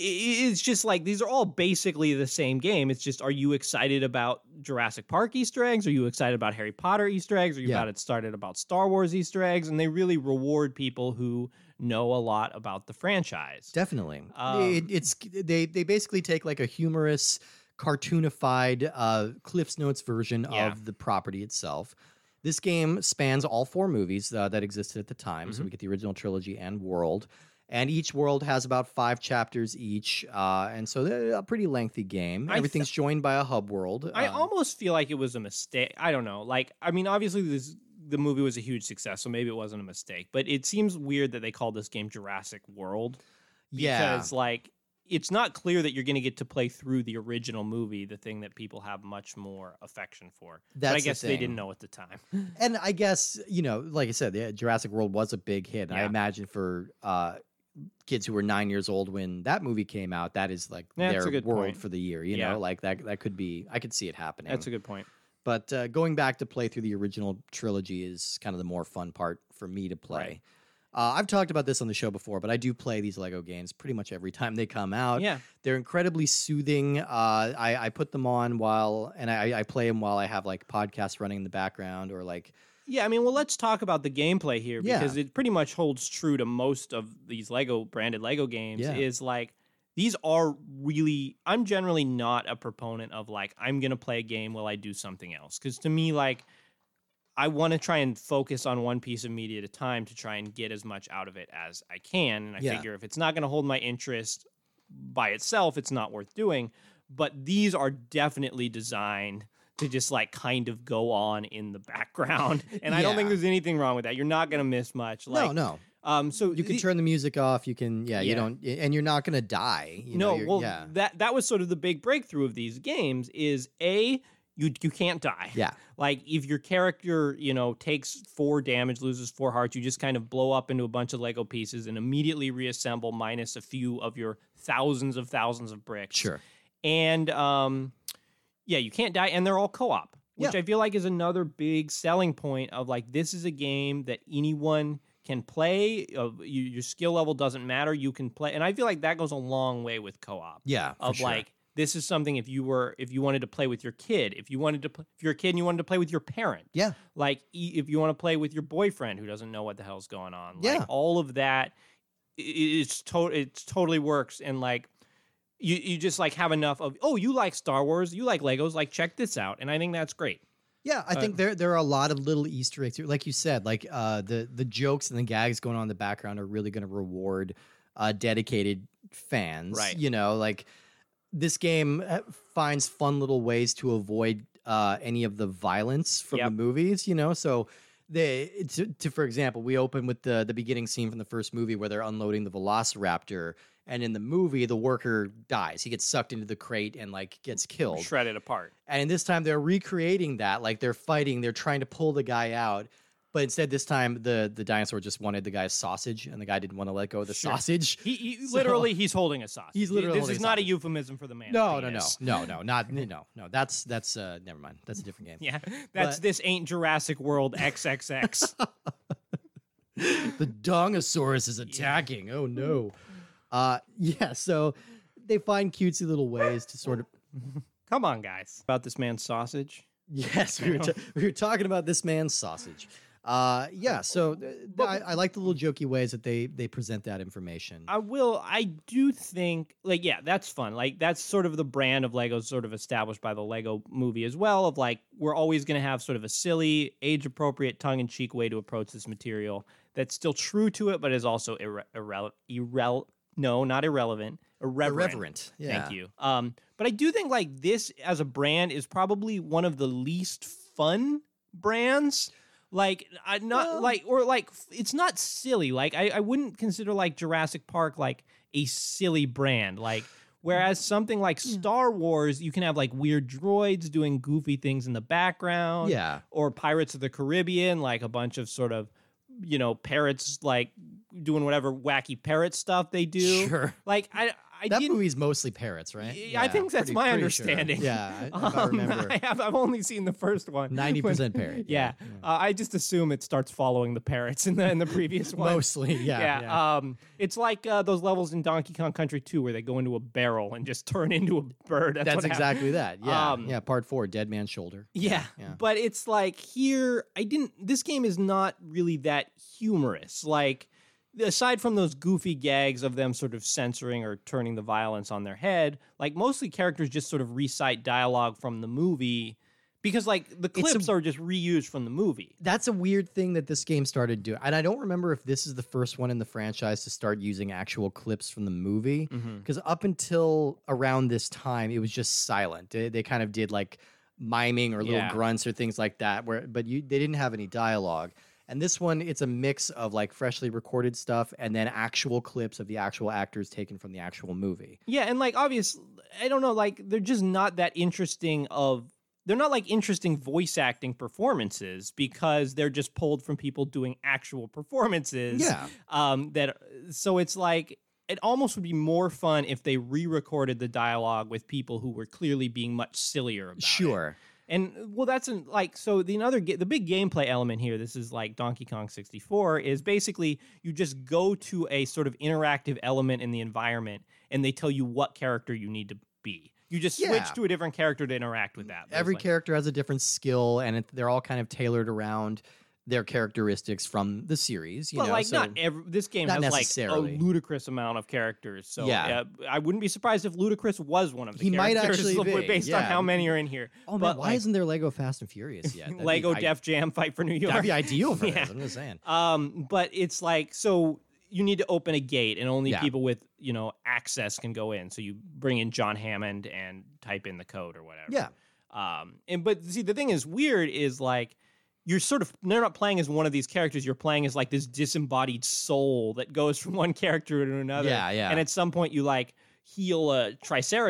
[SPEAKER 1] i- i- it's just like these are all basically the same game. It's just are you excited about Jurassic Park Easter eggs? Are you excited about Harry Potter Easter eggs? Are you
[SPEAKER 2] Yeah.
[SPEAKER 1] about started about Star Wars Easter eggs? And they really reward people who know a lot about the franchise.
[SPEAKER 2] Definitely,
[SPEAKER 1] Um,
[SPEAKER 2] it, it's they they basically take like a humorous, cartoonified uh, Cliff's Notes version
[SPEAKER 1] Yeah.
[SPEAKER 2] of the property itself. This game spans all four movies uh, that existed at the time,
[SPEAKER 1] Mm-hmm.
[SPEAKER 2] so we get the original trilogy and World, and each world has about five chapters each, uh, and so they're a pretty lengthy game.
[SPEAKER 1] I th-
[SPEAKER 2] Everything's joined by a hub world.
[SPEAKER 1] I
[SPEAKER 2] uh,
[SPEAKER 1] almost feel like it was a mistake. I don't know. Like, I mean, obviously this the movie was a huge success, so maybe it wasn't a mistake. But it seems weird that they called this game Jurassic World
[SPEAKER 2] yeah.
[SPEAKER 1] because, like, it's not clear that you're going to get to play through the original movie, the thing that people have much more affection for. but I
[SPEAKER 2] That's the
[SPEAKER 1] guess they
[SPEAKER 2] thing.
[SPEAKER 1] didn't know at the time.
[SPEAKER 2] and I guess you know, like I said, yeah, Jurassic World was a big hit. and I
[SPEAKER 1] Yeah.
[SPEAKER 2] imagine for uh, kids who were nine years old when that movie came out, that is like
[SPEAKER 1] Yeah, that's a
[SPEAKER 2] their
[SPEAKER 1] good
[SPEAKER 2] world
[SPEAKER 1] point.
[SPEAKER 2] for the year. You
[SPEAKER 1] Yeah.
[SPEAKER 2] know, like that that could be. I could see it happening.
[SPEAKER 1] That's a good point.
[SPEAKER 2] but uh, going back to play through the original trilogy is kind of the more fun part for me to play.
[SPEAKER 1] Right.
[SPEAKER 2] Uh, I've talked about this on the show before, but I do play these Lego games pretty much every time they come out.
[SPEAKER 1] Yeah,
[SPEAKER 2] They're incredibly soothing. Uh, I, I put them on while, and I, I play them while I have like podcasts running in the background or like
[SPEAKER 1] yeah. I mean, well, let's talk about the gameplay here
[SPEAKER 2] Yeah.
[SPEAKER 1] because it pretty much holds true to most of these Lego branded Lego games.
[SPEAKER 2] Yeah.
[SPEAKER 1] Is like these are really i'm generally not a proponent of like i'm going to play a game while i do something else because to me like i want to try and focus on one piece of media at a time to try and get as much out of it as i can and i
[SPEAKER 2] Yeah.
[SPEAKER 1] figure if it's not going to hold my interest by itself it's not worth doing but these are definitely designed to just like kind of go on in the background and i don't think
[SPEAKER 2] Yeah.
[SPEAKER 1] there's anything wrong with that you're not going to miss much
[SPEAKER 2] no,
[SPEAKER 1] like
[SPEAKER 2] no.
[SPEAKER 1] um so
[SPEAKER 2] You can
[SPEAKER 1] the-
[SPEAKER 2] turn the music off. You can, yeah,
[SPEAKER 1] Yeah.
[SPEAKER 2] you don't, and you're not gonna die. You know,
[SPEAKER 1] no,
[SPEAKER 2] you're-
[SPEAKER 1] well,
[SPEAKER 2] yeah,
[SPEAKER 1] that that was sort of the big breakthrough of these games is a you you can't die.
[SPEAKER 2] Yeah.
[SPEAKER 1] Like if your character, you know, takes four damage, loses four hearts, you just kind of blow up into a bunch of Lego pieces and immediately reassemble minus a few of your thousands of thousands of bricks.
[SPEAKER 2] Sure.
[SPEAKER 1] And um yeah, you can't die and they're all co-op, which I feel like is another big selling point of like this is a game that anyone can play. Uh, you, your skill level doesn't matter, you can play. And I feel like that goes a long way with co-op
[SPEAKER 2] Yeah. for
[SPEAKER 1] of
[SPEAKER 2] sure.
[SPEAKER 1] like this is something if you were if you wanted to play with your kid if you wanted to pl- if you're a kid and you wanted to play with your parent
[SPEAKER 2] Yeah.
[SPEAKER 1] like e- if you want to play with your boyfriend who doesn't know what the hell's going on
[SPEAKER 2] Yeah.
[SPEAKER 1] like all of that i- i- it's to- it's totally works and like you you just like have enough of oh you like Star Wars you like Legos like check this out and I think that's great
[SPEAKER 2] Yeah, I
[SPEAKER 1] Uh,
[SPEAKER 2] think there there are a lot of little Easter eggs, here. like you said, like uh, the the jokes and the gags going on in the background are really going to reward uh, dedicated fans,
[SPEAKER 1] Right.
[SPEAKER 2] You know, like this game uh, finds fun little ways to avoid uh, any of the violence from the
[SPEAKER 1] Yep.
[SPEAKER 2] movies, you know. So they, to, to for example, we open with the the beginning scene from the first movie where they're unloading the Velociraptor, and in the movie, the worker dies; he gets sucked into the crate and like gets killed.
[SPEAKER 1] shred it apart
[SPEAKER 2] And this time they're recreating that, like they're fighting, they're trying to pull the guy out. But instead, this time the the dinosaur just wanted the guy's sausage, and the guy didn't want to let go of the
[SPEAKER 1] Sure.
[SPEAKER 2] sausage.
[SPEAKER 1] he, he
[SPEAKER 2] So-
[SPEAKER 1] literally he's holding a sausage
[SPEAKER 2] He's literally
[SPEAKER 1] this
[SPEAKER 2] holding
[SPEAKER 1] is
[SPEAKER 2] a
[SPEAKER 1] not a
[SPEAKER 2] sausage.
[SPEAKER 1] euphemism for the man
[SPEAKER 2] No, no, no, no, no, not no, no. That's that's uh, never mind. That's a different game.
[SPEAKER 1] yeah that's
[SPEAKER 2] But-
[SPEAKER 1] this ain't Jurassic World XXX
[SPEAKER 2] the Dongosaurus is attacking. Oh no. Uh, yeah. So they find cutesy little ways to sort of
[SPEAKER 1] Come on, guys. About this man's sausage.
[SPEAKER 2] Yes, we were, ta- we were talking about this man's sausage. Uh, yeah, so th- th- I, I like the little jokey ways that they they present that information.
[SPEAKER 1] I will. I do think, like, yeah, that's fun. Like, that's sort of the brand of Lego, sort of established by the Lego movie as well. Of like, we're always going to have sort of a silly, age appropriate, tongue in cheek way to approach this material that's still true to it, but is also irre- irrele- irrele- no, not irrelevant, irreverent.
[SPEAKER 2] Irreverent. Yeah.
[SPEAKER 1] Thank you. Um, but I do think like this as a brand is probably one of the least fun brands. Like I not
[SPEAKER 2] Well-
[SPEAKER 1] like or like f- it's not silly. Like I, I wouldn't consider like Jurassic Park like a silly brand. Like whereas something like
[SPEAKER 2] Yeah.
[SPEAKER 1] Star Wars, you can have like weird droids doing goofy things in the background
[SPEAKER 2] Yeah.
[SPEAKER 1] or Pirates of the Caribbean, like a bunch of sort of, you know, parrots like doing whatever wacky parrot stuff they do.
[SPEAKER 2] Sure.
[SPEAKER 1] Like I, I
[SPEAKER 2] that
[SPEAKER 1] didn't.
[SPEAKER 2] movie's mostly parrots, right?
[SPEAKER 1] Yeah, I think that's my
[SPEAKER 2] sure.
[SPEAKER 1] understanding.
[SPEAKER 2] Yeah, I, if I
[SPEAKER 1] um,
[SPEAKER 2] remember.
[SPEAKER 1] I have. I've only seen the first one.
[SPEAKER 2] Ninety
[SPEAKER 1] When-
[SPEAKER 2] percent parrot.
[SPEAKER 1] Yeah. Uh, I just assume it starts following the parrots in the in the previous one.
[SPEAKER 2] mostly. Yeah,
[SPEAKER 1] Yeah,
[SPEAKER 2] yeah.
[SPEAKER 1] Um, it's like uh, those levels in Donkey Kong Country 2 where they go into a barrel and just turn into a bird. That's,
[SPEAKER 2] that's
[SPEAKER 1] what happened.
[SPEAKER 2] exactly that. Yeah,
[SPEAKER 1] Um,
[SPEAKER 2] yeah. Part four, Dead Man's Shoulder.
[SPEAKER 1] Yeah,
[SPEAKER 2] yeah.
[SPEAKER 1] But it's like here, I didn't. This game is not really that humorous. Like, aside from those goofy gags of them sort of censoring or turning the violence on their head, like, mostly characters just sort of recite dialogue from the movie because, like, the
[SPEAKER 2] It's a-
[SPEAKER 1] clips are just reused from the movie.
[SPEAKER 2] That's a weird thing that this game started doing, and I don't remember if this is the first one in the franchise to start using actual clips from the movie. because up until around this time it was just silent they, they kind of did like miming or little
[SPEAKER 1] Yeah.
[SPEAKER 2] grunts or things like that where but you they didn't have any dialogue and this one it's a mix of like freshly recorded stuff and then actual clips of the actual actors taken from the actual movie
[SPEAKER 1] Yeah, and like obviously, I don't know, like they're just not that interesting of they're not like interesting voice acting performances because they're just pulled from people doing actual performances.
[SPEAKER 2] Yeah.
[SPEAKER 1] Um that so it's like it almost would be more fun if they re-recorded the dialogue with people who were clearly being much sillier about it. And well, that's an, like so. The another ga- the big gameplay element here. This is like Donkey Kong sixty four. Is basically you just go to a sort of interactive element in the environment, and they tell you what character you need to be. You just
[SPEAKER 2] Yeah. Mm,
[SPEAKER 1] switch to a different character to interact with that.
[SPEAKER 2] every
[SPEAKER 1] basically.
[SPEAKER 2] character has a different skill and it, they're all kind of tailored around their characteristics from the series you
[SPEAKER 1] But
[SPEAKER 2] know
[SPEAKER 1] like
[SPEAKER 2] so
[SPEAKER 1] not every this game
[SPEAKER 2] Not
[SPEAKER 1] has like a
[SPEAKER 2] necessarily.
[SPEAKER 1] ludicrous amount of characters. So
[SPEAKER 2] Yeah.
[SPEAKER 1] uh, I wouldn't be surprised if Ludacris was one of the
[SPEAKER 2] He might
[SPEAKER 1] characters
[SPEAKER 2] actually be,
[SPEAKER 1] based on
[SPEAKER 2] yeah.
[SPEAKER 1] how many are in here.
[SPEAKER 2] oh man
[SPEAKER 1] but,
[SPEAKER 2] why
[SPEAKER 1] like,
[SPEAKER 2] isn't there lego fast and furious yet That'd be
[SPEAKER 1] Lego
[SPEAKER 2] i-
[SPEAKER 1] Def Jam fight for New York?
[SPEAKER 2] that'd be ideal for
[SPEAKER 1] Yeah.
[SPEAKER 2] this i'm just saying
[SPEAKER 1] Um, but it's like so you need to open a gate, and only
[SPEAKER 2] Yeah.
[SPEAKER 1] people with you know access can go in. So you bring in John Hammond and type in the code or whatever.
[SPEAKER 2] yeah
[SPEAKER 1] Um, and but see, the thing is weird is like you're sort of they're not playing as one of these characters. You're playing as like this disembodied soul that goes from one character to another.
[SPEAKER 2] Yeah, yeah.
[SPEAKER 1] And at some point, you like heal a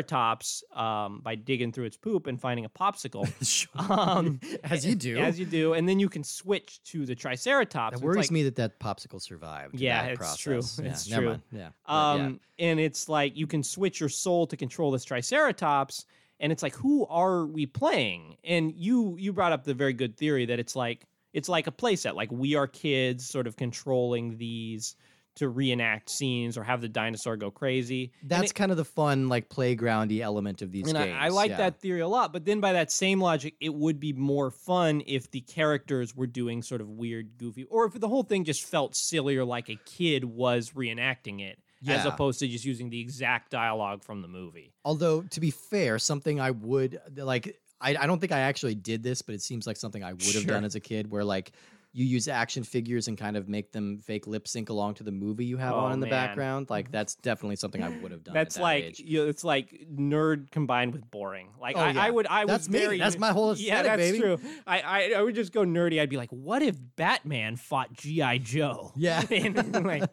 [SPEAKER 1] Triceratops um, by digging through its poop and finding a popsicle.
[SPEAKER 2] Sure.
[SPEAKER 1] Um,
[SPEAKER 2] As you do.
[SPEAKER 1] As you do, and then you can switch to the Triceratops.
[SPEAKER 2] That
[SPEAKER 1] It's
[SPEAKER 2] worries
[SPEAKER 1] like-
[SPEAKER 2] me that that popsicle survived.
[SPEAKER 1] Yeah,
[SPEAKER 2] that
[SPEAKER 1] it's
[SPEAKER 2] process.
[SPEAKER 1] true.
[SPEAKER 2] Yeah,
[SPEAKER 1] It's
[SPEAKER 2] never
[SPEAKER 1] true.
[SPEAKER 2] mind. Yeah, but yeah.
[SPEAKER 1] Um, and it's like you can switch your soul to control this Triceratops, and it's like, who are we playing? And you you brought up the very good theory that it's like it's like a playset, like we are kids, sort of controlling these to reenact scenes or have the dinosaur go crazy. And
[SPEAKER 2] That's
[SPEAKER 1] it-
[SPEAKER 2] kind of the fun, like playgroundy element of these
[SPEAKER 1] and
[SPEAKER 2] games.
[SPEAKER 1] I, I like
[SPEAKER 2] yeah.
[SPEAKER 1] that theory a lot. But then by that same logic, it would be more fun if the characters were doing sort of weird, goofy, or if the whole thing just felt silly or like a kid was reenacting it, as
[SPEAKER 2] Yeah.
[SPEAKER 1] opposed to just using the exact dialogue from the movie.
[SPEAKER 2] Although, to be fair, something I would like, I, I don't think I actually did this, but it seems like something I would have
[SPEAKER 1] Sure.
[SPEAKER 2] done as a kid where, like, you use action figures and kind of make them fake lip sync along to the movie you have
[SPEAKER 1] Oh,
[SPEAKER 2] on in the
[SPEAKER 1] man. Mm-hmm.
[SPEAKER 2] background. Like, that's definitely something I would have done. at
[SPEAKER 1] That's
[SPEAKER 2] that
[SPEAKER 1] like
[SPEAKER 2] age.
[SPEAKER 1] you know, it's like nerd combined with boring. Like
[SPEAKER 2] Oh,
[SPEAKER 1] I,
[SPEAKER 2] yeah.
[SPEAKER 1] I would, I
[SPEAKER 2] That's
[SPEAKER 1] was
[SPEAKER 2] me.
[SPEAKER 1] very
[SPEAKER 2] That's my whole
[SPEAKER 1] yeah,
[SPEAKER 2] aesthetic,
[SPEAKER 1] that's
[SPEAKER 2] baby.
[SPEAKER 1] true. I, I I would just go nerdy. I'd be like, what if Batman fought GI Joe?
[SPEAKER 2] Yeah.
[SPEAKER 1] And, like,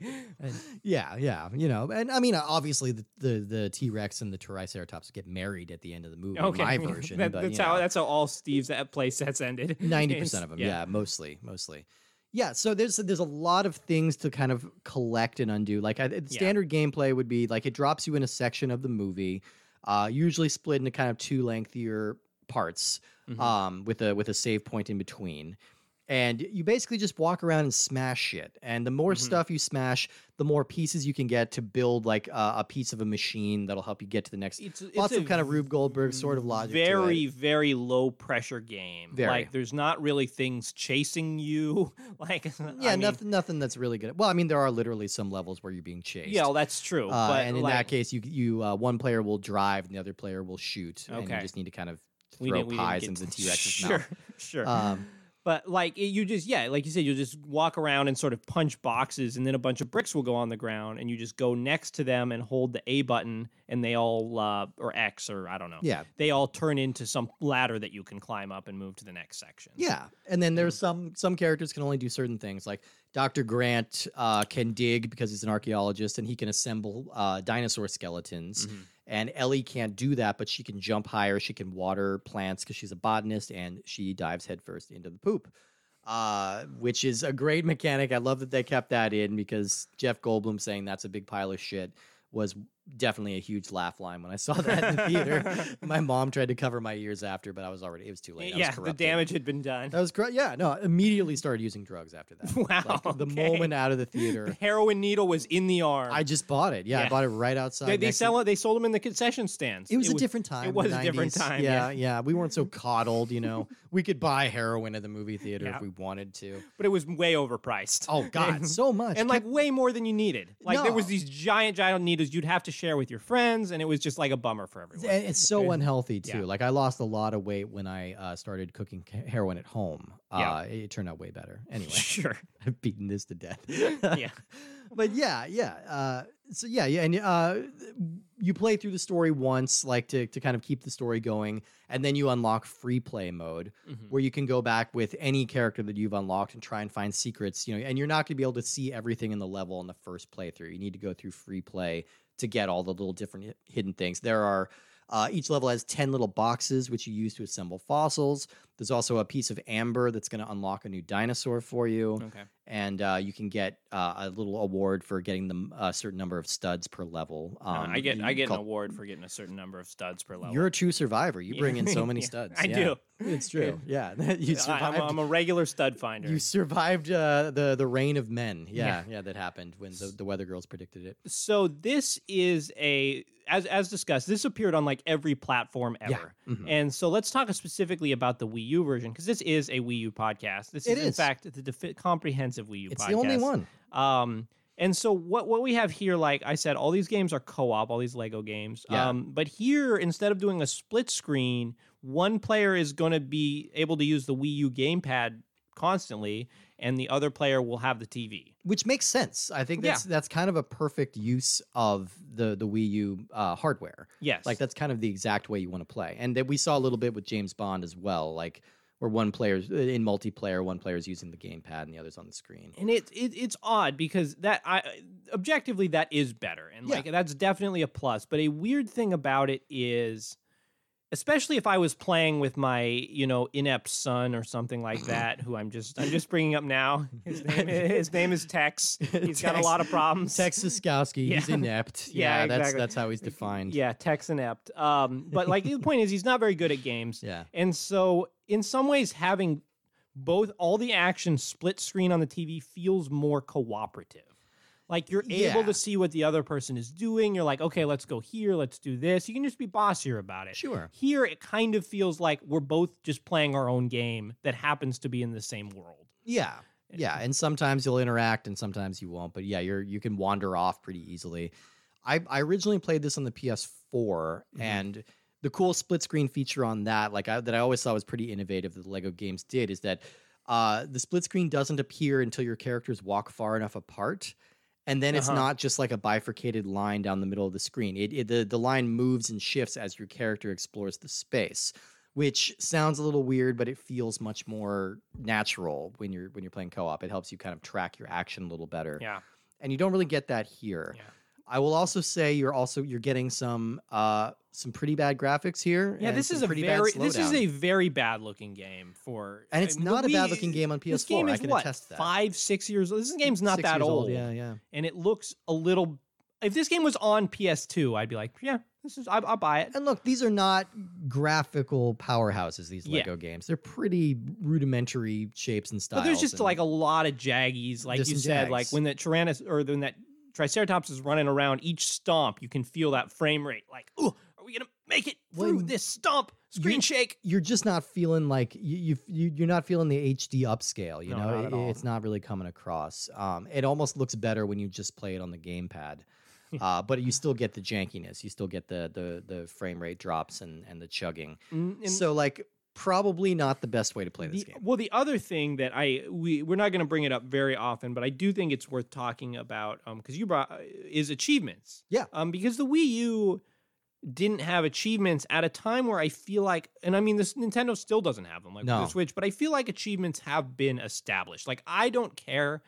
[SPEAKER 2] Yeah, yeah, you know, and I mean, uh, obviously the the, the T Rex and the Triceratops get married at the end of the movie.
[SPEAKER 1] okay,
[SPEAKER 2] my version.
[SPEAKER 1] That-
[SPEAKER 2] but,
[SPEAKER 1] that's
[SPEAKER 2] you
[SPEAKER 1] how
[SPEAKER 2] know,
[SPEAKER 1] that's how all Steve's play sets ended.
[SPEAKER 2] ninety percent of them.
[SPEAKER 1] Yeah.
[SPEAKER 2] Yeah. mostly, mostly. Yeah, so there's there's a lot of things to kind of collect and undo. Like I, the
[SPEAKER 1] Yeah.
[SPEAKER 2] standard gameplay would be like it drops you in a section of the movie, uh, usually split into kind of two lengthier parts,
[SPEAKER 1] Mhm.
[SPEAKER 2] um, with a with a save point in between. And you basically just walk around and smash shit. And the more
[SPEAKER 1] Mhm.
[SPEAKER 2] stuff you smash, the more pieces you can get to build like a, a piece of a machine that'll help you get to the next.
[SPEAKER 1] It's, it's
[SPEAKER 2] Lots
[SPEAKER 1] a
[SPEAKER 2] of kind of Rube Goldberg sort of logic. to it.
[SPEAKER 1] Very, very low pressure game.
[SPEAKER 2] Very.
[SPEAKER 1] Like there's not really things chasing you. Like
[SPEAKER 2] Yeah,
[SPEAKER 1] I mean,
[SPEAKER 2] nothing, nothing that's really good. Well, I mean, there are literally some levels where you're being chased.
[SPEAKER 1] Yeah, well, that's true.
[SPEAKER 2] uh,
[SPEAKER 1] but
[SPEAKER 2] and in
[SPEAKER 1] like,
[SPEAKER 2] that case, you you uh, one player will drive, and the other player will shoot, and you
[SPEAKER 1] Okay.
[SPEAKER 2] just need to kind of
[SPEAKER 1] we
[SPEAKER 2] throw
[SPEAKER 1] didn't- we didn't
[SPEAKER 2] pies
[SPEAKER 1] get
[SPEAKER 2] into the
[SPEAKER 1] to-
[SPEAKER 2] T Rex's
[SPEAKER 1] Sure,
[SPEAKER 2] mouth.
[SPEAKER 1] sure.
[SPEAKER 2] Um,
[SPEAKER 1] but like it, you just yeah, like you said, you'll just walk around and sort of punch boxes, and then a bunch of bricks will go on the ground, and you just go next to them and hold the A button, and they all uh, or X or I don't know.
[SPEAKER 2] Yeah.
[SPEAKER 1] they all turn into some ladder that you can climb up and move to the next section.
[SPEAKER 2] Yeah, and then
[SPEAKER 1] Mm.
[SPEAKER 2] there's some some characters can only do certain things. Like Doctor Grant uh, can dig because he's an archaeologist, and he can assemble uh, dinosaur skeletons.
[SPEAKER 1] Mhm.
[SPEAKER 2] And Ellie can't do that, but she can jump higher. She can water plants because she's a botanist, and she dives headfirst into the poop, uh, which is a great mechanic. I love that they kept that in because Jeff Goldblum saying that's a big pile of shit was definitely a huge laugh line when I saw that in the theater. My mom tried to cover my ears after, but I was already it was too late. I was
[SPEAKER 1] yeah, the
[SPEAKER 2] corrupted.
[SPEAKER 1] damage had been done.
[SPEAKER 2] That was great. Yeah, no, I immediately started using drugs after that.
[SPEAKER 1] Wow,
[SPEAKER 2] Like, the
[SPEAKER 1] okay.
[SPEAKER 2] moment out of the
[SPEAKER 1] The
[SPEAKER 2] theater,
[SPEAKER 1] heroin needle was in the arm.
[SPEAKER 2] I just bought it. Yeah, I
[SPEAKER 1] Yeah.
[SPEAKER 2] bought it right outside.
[SPEAKER 1] they, they
[SPEAKER 2] next to-
[SPEAKER 1] sell it. They sold them in the concession stands.
[SPEAKER 2] It was a different time. the
[SPEAKER 1] was a different
[SPEAKER 2] 90s.
[SPEAKER 1] time,
[SPEAKER 2] Yeah,
[SPEAKER 1] yeah.
[SPEAKER 2] yeah. We weren't so coddled, you know. we could buy heroin at the movie theater
[SPEAKER 1] Yeah.
[SPEAKER 2] if we wanted to.
[SPEAKER 1] but it was way overpriced.
[SPEAKER 2] Oh God,
[SPEAKER 1] And-
[SPEAKER 2] so much.
[SPEAKER 1] and like way more than you needed. Like there was
[SPEAKER 2] No.
[SPEAKER 1] these giant, giant needles you'd have to share with your friends, and it was just like a bummer for everyone.
[SPEAKER 2] And it's so
[SPEAKER 1] Yeah.
[SPEAKER 2] unhealthy too.
[SPEAKER 1] Yeah.
[SPEAKER 2] Like I lost a lot of weight when I uh, started cooking ca- heroin at home.
[SPEAKER 1] Yeah.
[SPEAKER 2] Uh, it turned out way better. Anyway,
[SPEAKER 1] Sure.
[SPEAKER 2] I've beaten this to death.
[SPEAKER 1] Yeah.
[SPEAKER 2] but yeah, yeah. Uh, so yeah, yeah, and uh, you play through the story once, like to to kind of keep the story going, and then you unlock free play mode,
[SPEAKER 1] Mhm.
[SPEAKER 2] where you can go back with any character that you've unlocked and try and find secrets. You know, and you're not going to be able to see everything in the level in the first playthrough. You need to go through free play to get all the little different hi- hidden things. There are. Uh, each level has 10 little boxes which you use to assemble fossils. There's also a piece of amber that's going to unlock a new dinosaur for you
[SPEAKER 1] Okay.
[SPEAKER 2] and uh, you can get uh, a little award for getting them a certain number of studs per level.
[SPEAKER 1] No, I get I
[SPEAKER 2] Um, you
[SPEAKER 1] get an
[SPEAKER 2] call-
[SPEAKER 1] award for getting a certain number of studs per level.
[SPEAKER 2] You're a true survivor. You
[SPEAKER 1] Yeah.
[SPEAKER 2] bring in so many
[SPEAKER 1] Yeah,
[SPEAKER 2] studs.
[SPEAKER 1] I
[SPEAKER 2] yeah.
[SPEAKER 1] do.
[SPEAKER 2] It's true. Yeah, you
[SPEAKER 1] I- I'm,
[SPEAKER 2] survived.
[SPEAKER 1] a- I'm a regular stud finder.
[SPEAKER 2] you survived uh, the the reign of men. Yeah,
[SPEAKER 1] Yeah.
[SPEAKER 2] yeah, that happened when the, the weather girls predicted it.
[SPEAKER 1] so this is a as as discussed. This appeared on like every platform ever.
[SPEAKER 2] Yeah. Mhm.
[SPEAKER 1] And so let's talk specifically about the Wii U version because this is a Wii U podcast. This
[SPEAKER 2] It
[SPEAKER 1] in
[SPEAKER 2] is.
[SPEAKER 1] fact the defi- comprehensive Wii U
[SPEAKER 2] It's
[SPEAKER 1] podcast.
[SPEAKER 2] the only one.
[SPEAKER 1] Um, and so what what we have here, like I said, all these games are co-op, all these Lego games.
[SPEAKER 2] Yeah.
[SPEAKER 1] Um, but here, instead of doing a split screen, one player is going to be able to use the Wii U gamepad constantly, and the other player will have the TV.
[SPEAKER 2] which makes sense. I think
[SPEAKER 1] Yeah.
[SPEAKER 2] that's that's kind of a perfect use of the the Wii U uh, hardware.
[SPEAKER 1] Yes.
[SPEAKER 2] Like that's kind of the exact way you want to play, and that we saw a little bit with James Bond as well. Like where one player's uh, in multiplayer, one player's using the gamepad and the other's on the screen.
[SPEAKER 1] and it, it it's odd because that I objectively that is better and
[SPEAKER 2] Yeah.
[SPEAKER 1] like that's definitely a plus but a weird thing about it is especially if I was playing with my you know inept son or something like that who I'm just I'm just bringing up now his name his name is Tex he's got a
[SPEAKER 2] Tex-
[SPEAKER 1] lot of problems
[SPEAKER 2] Texas Skowski, he's
[SPEAKER 1] Yeah.
[SPEAKER 2] inept.
[SPEAKER 1] Yeah,
[SPEAKER 2] Yeah, that's
[SPEAKER 1] exactly.
[SPEAKER 2] that's how he's defined.
[SPEAKER 1] yeah Tex inept um but like the point is he's not very good at games
[SPEAKER 2] Yeah.
[SPEAKER 1] And so, in some ways, having both all the action split screen on the TV feels more cooperative. Like you're able
[SPEAKER 2] Yeah.
[SPEAKER 1] to see what the other person is doing. You're like, okay, let's go here, let's do this. You can just be bossier about it.
[SPEAKER 2] Sure.
[SPEAKER 1] Here, it kind of feels like we're both just playing our own game that happens to be in the same world.
[SPEAKER 2] Yeah. Yeah, and sometimes you'll interact and sometimes you won't, but yeah, you're you can wander off pretty easily. I I originally played this on the PS4
[SPEAKER 1] Mhm.
[SPEAKER 2] and the cool split screen feature on that like I, that I always thought was pretty innovative that the Lego games did is that uh, the split screen doesn't appear until your characters walk far enough apart. And then it's
[SPEAKER 1] Uh-huh.
[SPEAKER 2] not just like a bifurcated line down the middle of the screen. It, it the, the line moves and shifts as your character explores the space, which sounds a little weird, but it feels much more natural when you're when you're playing co-op. It helps you kind of track your action a little better
[SPEAKER 1] Yeah.
[SPEAKER 2] and you don't really get that here.
[SPEAKER 1] Yeah.
[SPEAKER 2] I will also say you're also you're getting some uh some pretty bad graphics here.
[SPEAKER 1] Yeah,
[SPEAKER 2] and
[SPEAKER 1] this
[SPEAKER 2] some
[SPEAKER 1] is a
[SPEAKER 2] pretty bad
[SPEAKER 1] very this is
[SPEAKER 2] slowdown.
[SPEAKER 1] a very bad looking game for
[SPEAKER 2] and it's
[SPEAKER 1] I mean,
[SPEAKER 2] not
[SPEAKER 1] we-
[SPEAKER 2] a bad looking game on PS4.
[SPEAKER 1] This game
[SPEAKER 2] I
[SPEAKER 1] is
[SPEAKER 2] can
[SPEAKER 1] what
[SPEAKER 2] attest to that.
[SPEAKER 1] five six years. old. This game's not
[SPEAKER 2] Six
[SPEAKER 1] that
[SPEAKER 2] years
[SPEAKER 1] old.
[SPEAKER 2] Yeah, yeah.
[SPEAKER 1] and it looks a little. If this game was on PS2, I'd be like, yeah, this is I, I'll buy it.
[SPEAKER 2] And look, these are not graphical powerhouses. These
[SPEAKER 1] Yeah.
[SPEAKER 2] Lego games, they're pretty rudimentary shapes and styles.
[SPEAKER 1] But there's just
[SPEAKER 2] and-
[SPEAKER 1] like a lot of jaggies, like
[SPEAKER 2] There's
[SPEAKER 1] you
[SPEAKER 2] some
[SPEAKER 1] said,
[SPEAKER 2] jags.
[SPEAKER 1] like when that Tyrannos or when that Triceratops is running around, each stomp you can feel that frame rate. Like, oh, are we gonna make it through
[SPEAKER 2] Well,
[SPEAKER 1] this stomp? Screen
[SPEAKER 2] you-
[SPEAKER 1] shake.
[SPEAKER 2] you're just not feeling like you, you you you're not feeling the HD upscale. You
[SPEAKER 1] No,
[SPEAKER 2] know,
[SPEAKER 1] not at all.
[SPEAKER 2] it's not really coming across. Um, it almost looks better when you just play it on the gamepad. Uh, but you still get the jankiness. You still get the the the frame rate drops and and the chugging.
[SPEAKER 1] Mm, and-
[SPEAKER 2] so like probably not the best way to play this
[SPEAKER 1] The-
[SPEAKER 2] game.
[SPEAKER 1] Well, the other thing that I we we're not going to bring it up very often, but I do think it's worth talking about because you brought uh, is achievements.
[SPEAKER 2] Yeah.
[SPEAKER 1] Um, because the Wii U didn't have achievements at a time where I feel like, and I mean, this Nintendo still doesn't have them like with
[SPEAKER 2] No.
[SPEAKER 1] the Switch, but I feel like achievements have been established. Like I don't care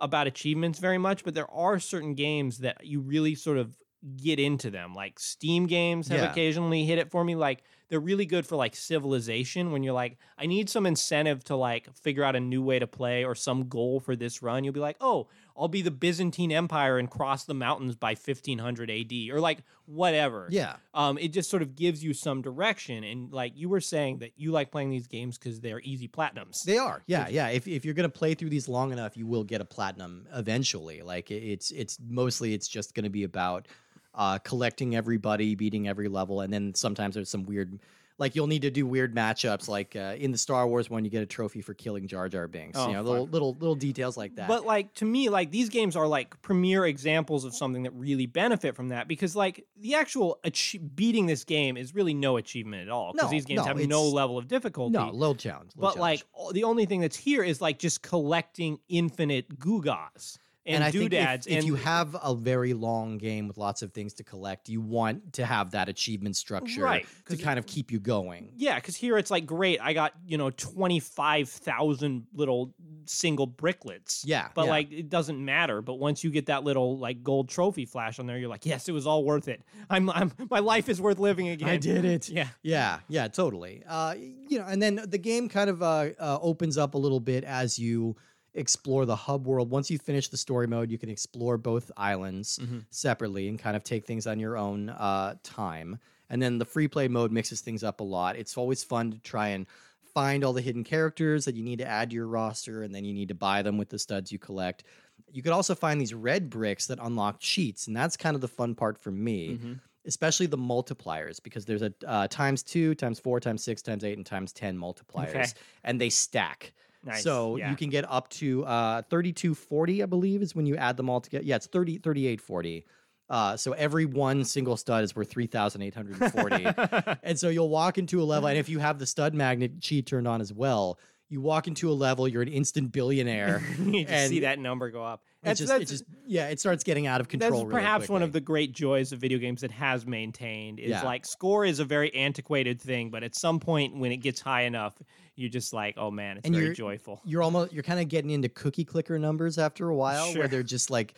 [SPEAKER 1] about achievements very much, but there are certain games that you really sort of get into them. Like Steam games have
[SPEAKER 2] Yeah.
[SPEAKER 1] occasionally hit it for me. Like they're really good for like civilization when you're like, I need some incentive to like figure out a new way to play or some goal for this run. You'll be like, oh, I'll be the Byzantine Empire and cross the mountains by 1500 AD or like whatever.
[SPEAKER 2] Yeah,
[SPEAKER 1] Um, it just sort of gives you some direction. And like you were saying that you like playing these games because they're easy platinums.
[SPEAKER 2] they are. Yeah,
[SPEAKER 1] Which-
[SPEAKER 2] yeah. If if you're gonna play through these long enough, you will get a platinum eventually. Like it- it's it's mostly it's just gonna be about uh, collecting everybody, beating every level, and then sometimes there's some weird. Like you'll need to do weird matchups, like uh, in the Star Wars one, you get a trophy for killing Jar Jar Binks.
[SPEAKER 1] Oh,
[SPEAKER 2] you know, little
[SPEAKER 1] fuck.
[SPEAKER 2] little little details like that.
[SPEAKER 1] But like to me, like these games are like premier examples of something that really benefit from that because like the actual ach- beating this game is really no achievement at all because
[SPEAKER 2] No,
[SPEAKER 1] these games
[SPEAKER 2] no,
[SPEAKER 1] have no
[SPEAKER 2] it's-
[SPEAKER 1] level of difficulty.
[SPEAKER 2] no, low challenge. low
[SPEAKER 1] but
[SPEAKER 2] challenge.
[SPEAKER 1] like o- the only thing that's here is like just collecting infinite gewgaws and,
[SPEAKER 2] I think if-
[SPEAKER 1] doodads.
[SPEAKER 2] if,
[SPEAKER 1] and
[SPEAKER 2] you have a very long game with lots of things to collect, you want to have that achievement structure
[SPEAKER 1] Right,
[SPEAKER 2] to
[SPEAKER 1] 'cause
[SPEAKER 2] kind of keep you going.
[SPEAKER 1] Yeah, because here it's like great. I got you know twenty five thousand little single bricklets.
[SPEAKER 2] Yeah,
[SPEAKER 1] but
[SPEAKER 2] yeah.
[SPEAKER 1] like it doesn't matter. But once you get that little like gold trophy flash on there, you're like, yes, it was all worth it. I'm, I'm my life is worth living again.
[SPEAKER 2] I did it.
[SPEAKER 1] Yeah.
[SPEAKER 2] Yeah, yeah, totally. Uh, you know, and then the game kind of uh, uh, opens up a little bit as you explore the hub world. Once you finish the story mode, you can explore both islands
[SPEAKER 1] Mhm.
[SPEAKER 2] separately and kind of take things on your own uh, time. And then the free play mode mixes things up a lot. It's always fun to try and find all the hidden characters that you need to add to your roster, and then you need to buy them with the studs you collect. You could also find these red bricks that unlock cheats, and that's kind of the fun part for me
[SPEAKER 1] Mm-hmm.
[SPEAKER 2] especially the multipliers because there's a uh, times two times four times six times eight and times ten multipliers and they stack
[SPEAKER 1] Nice.
[SPEAKER 2] so
[SPEAKER 1] yeah.
[SPEAKER 2] you can get up to uh, 3240 i believe is when you add them all together yeah it's 30 3840 uh, so every one single stud is worth 3840 and so you'll walk into a level and if you have the stud magnet cheat turned on as well You walk into a level, you're an instant billionaire.
[SPEAKER 1] you just see
[SPEAKER 2] And-
[SPEAKER 1] that number go up.
[SPEAKER 2] It
[SPEAKER 1] That's,
[SPEAKER 2] just,
[SPEAKER 1] that's,
[SPEAKER 2] it just, yeah, it starts getting out of
[SPEAKER 1] that's
[SPEAKER 2] control. really
[SPEAKER 1] perhaps one of
[SPEAKER 2] quickly.
[SPEAKER 1] the great joys of video games that has maintained is
[SPEAKER 2] Yeah.
[SPEAKER 1] like score is a very antiquated thing, but at some point when it gets high enough, you're just like, oh man, it's
[SPEAKER 2] And
[SPEAKER 1] very
[SPEAKER 2] you're-
[SPEAKER 1] joyful.
[SPEAKER 2] You're almost you're kind of getting into cookie clicker numbers after a while,
[SPEAKER 1] Sure.
[SPEAKER 2] where they're just like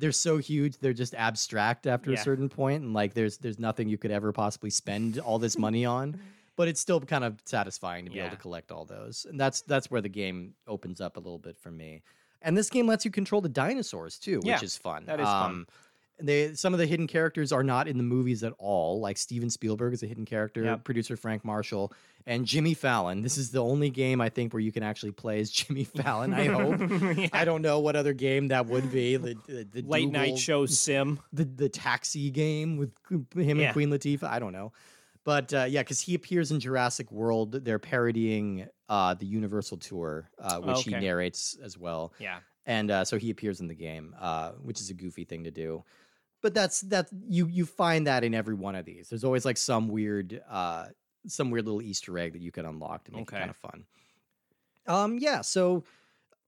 [SPEAKER 2] they're so huge, they're just abstract after
[SPEAKER 1] Yeah.
[SPEAKER 2] a certain point, and like there's there's nothing you could ever possibly spend all this money on. But it's still kind of satisfying to be able
[SPEAKER 1] Yeah.
[SPEAKER 2] to collect all those, and that's that's where the game opens up a little bit for me. And this game lets you control the dinosaurs too, which
[SPEAKER 1] Yeah,
[SPEAKER 2] is fun. Um,
[SPEAKER 1] that is fun.
[SPEAKER 2] They, some of the hidden characters are not in the movies at all. Like Steven Spielberg is a hidden character,
[SPEAKER 1] Yep.
[SPEAKER 2] producer Frank Marshall, and Jimmy Fallon. This is the only game I think where you can actually play as Jimmy Fallon. I hope.
[SPEAKER 1] Yeah.
[SPEAKER 2] I don't know what other game that would be. The, the, the
[SPEAKER 1] Late night
[SPEAKER 2] Dougal-
[SPEAKER 1] show sim.
[SPEAKER 2] the, the taxi game with him
[SPEAKER 1] Yeah.
[SPEAKER 2] and Queen Latifah. I don't know. But uh, yeah, because he appears in Jurassic World. They're parodying uh, the Universal Tour, uh, which he
[SPEAKER 1] Oh, Okay.
[SPEAKER 2] narrates as well
[SPEAKER 1] Yeah.
[SPEAKER 2] and uh, so he appears in the game, uh, which is a goofy thing to do. But that's that you you find that in every one of these. There's always like some weird uh, some weird little Easter egg that you can unlock to make
[SPEAKER 1] Okay.
[SPEAKER 2] it kind of fun. Um, yeah. So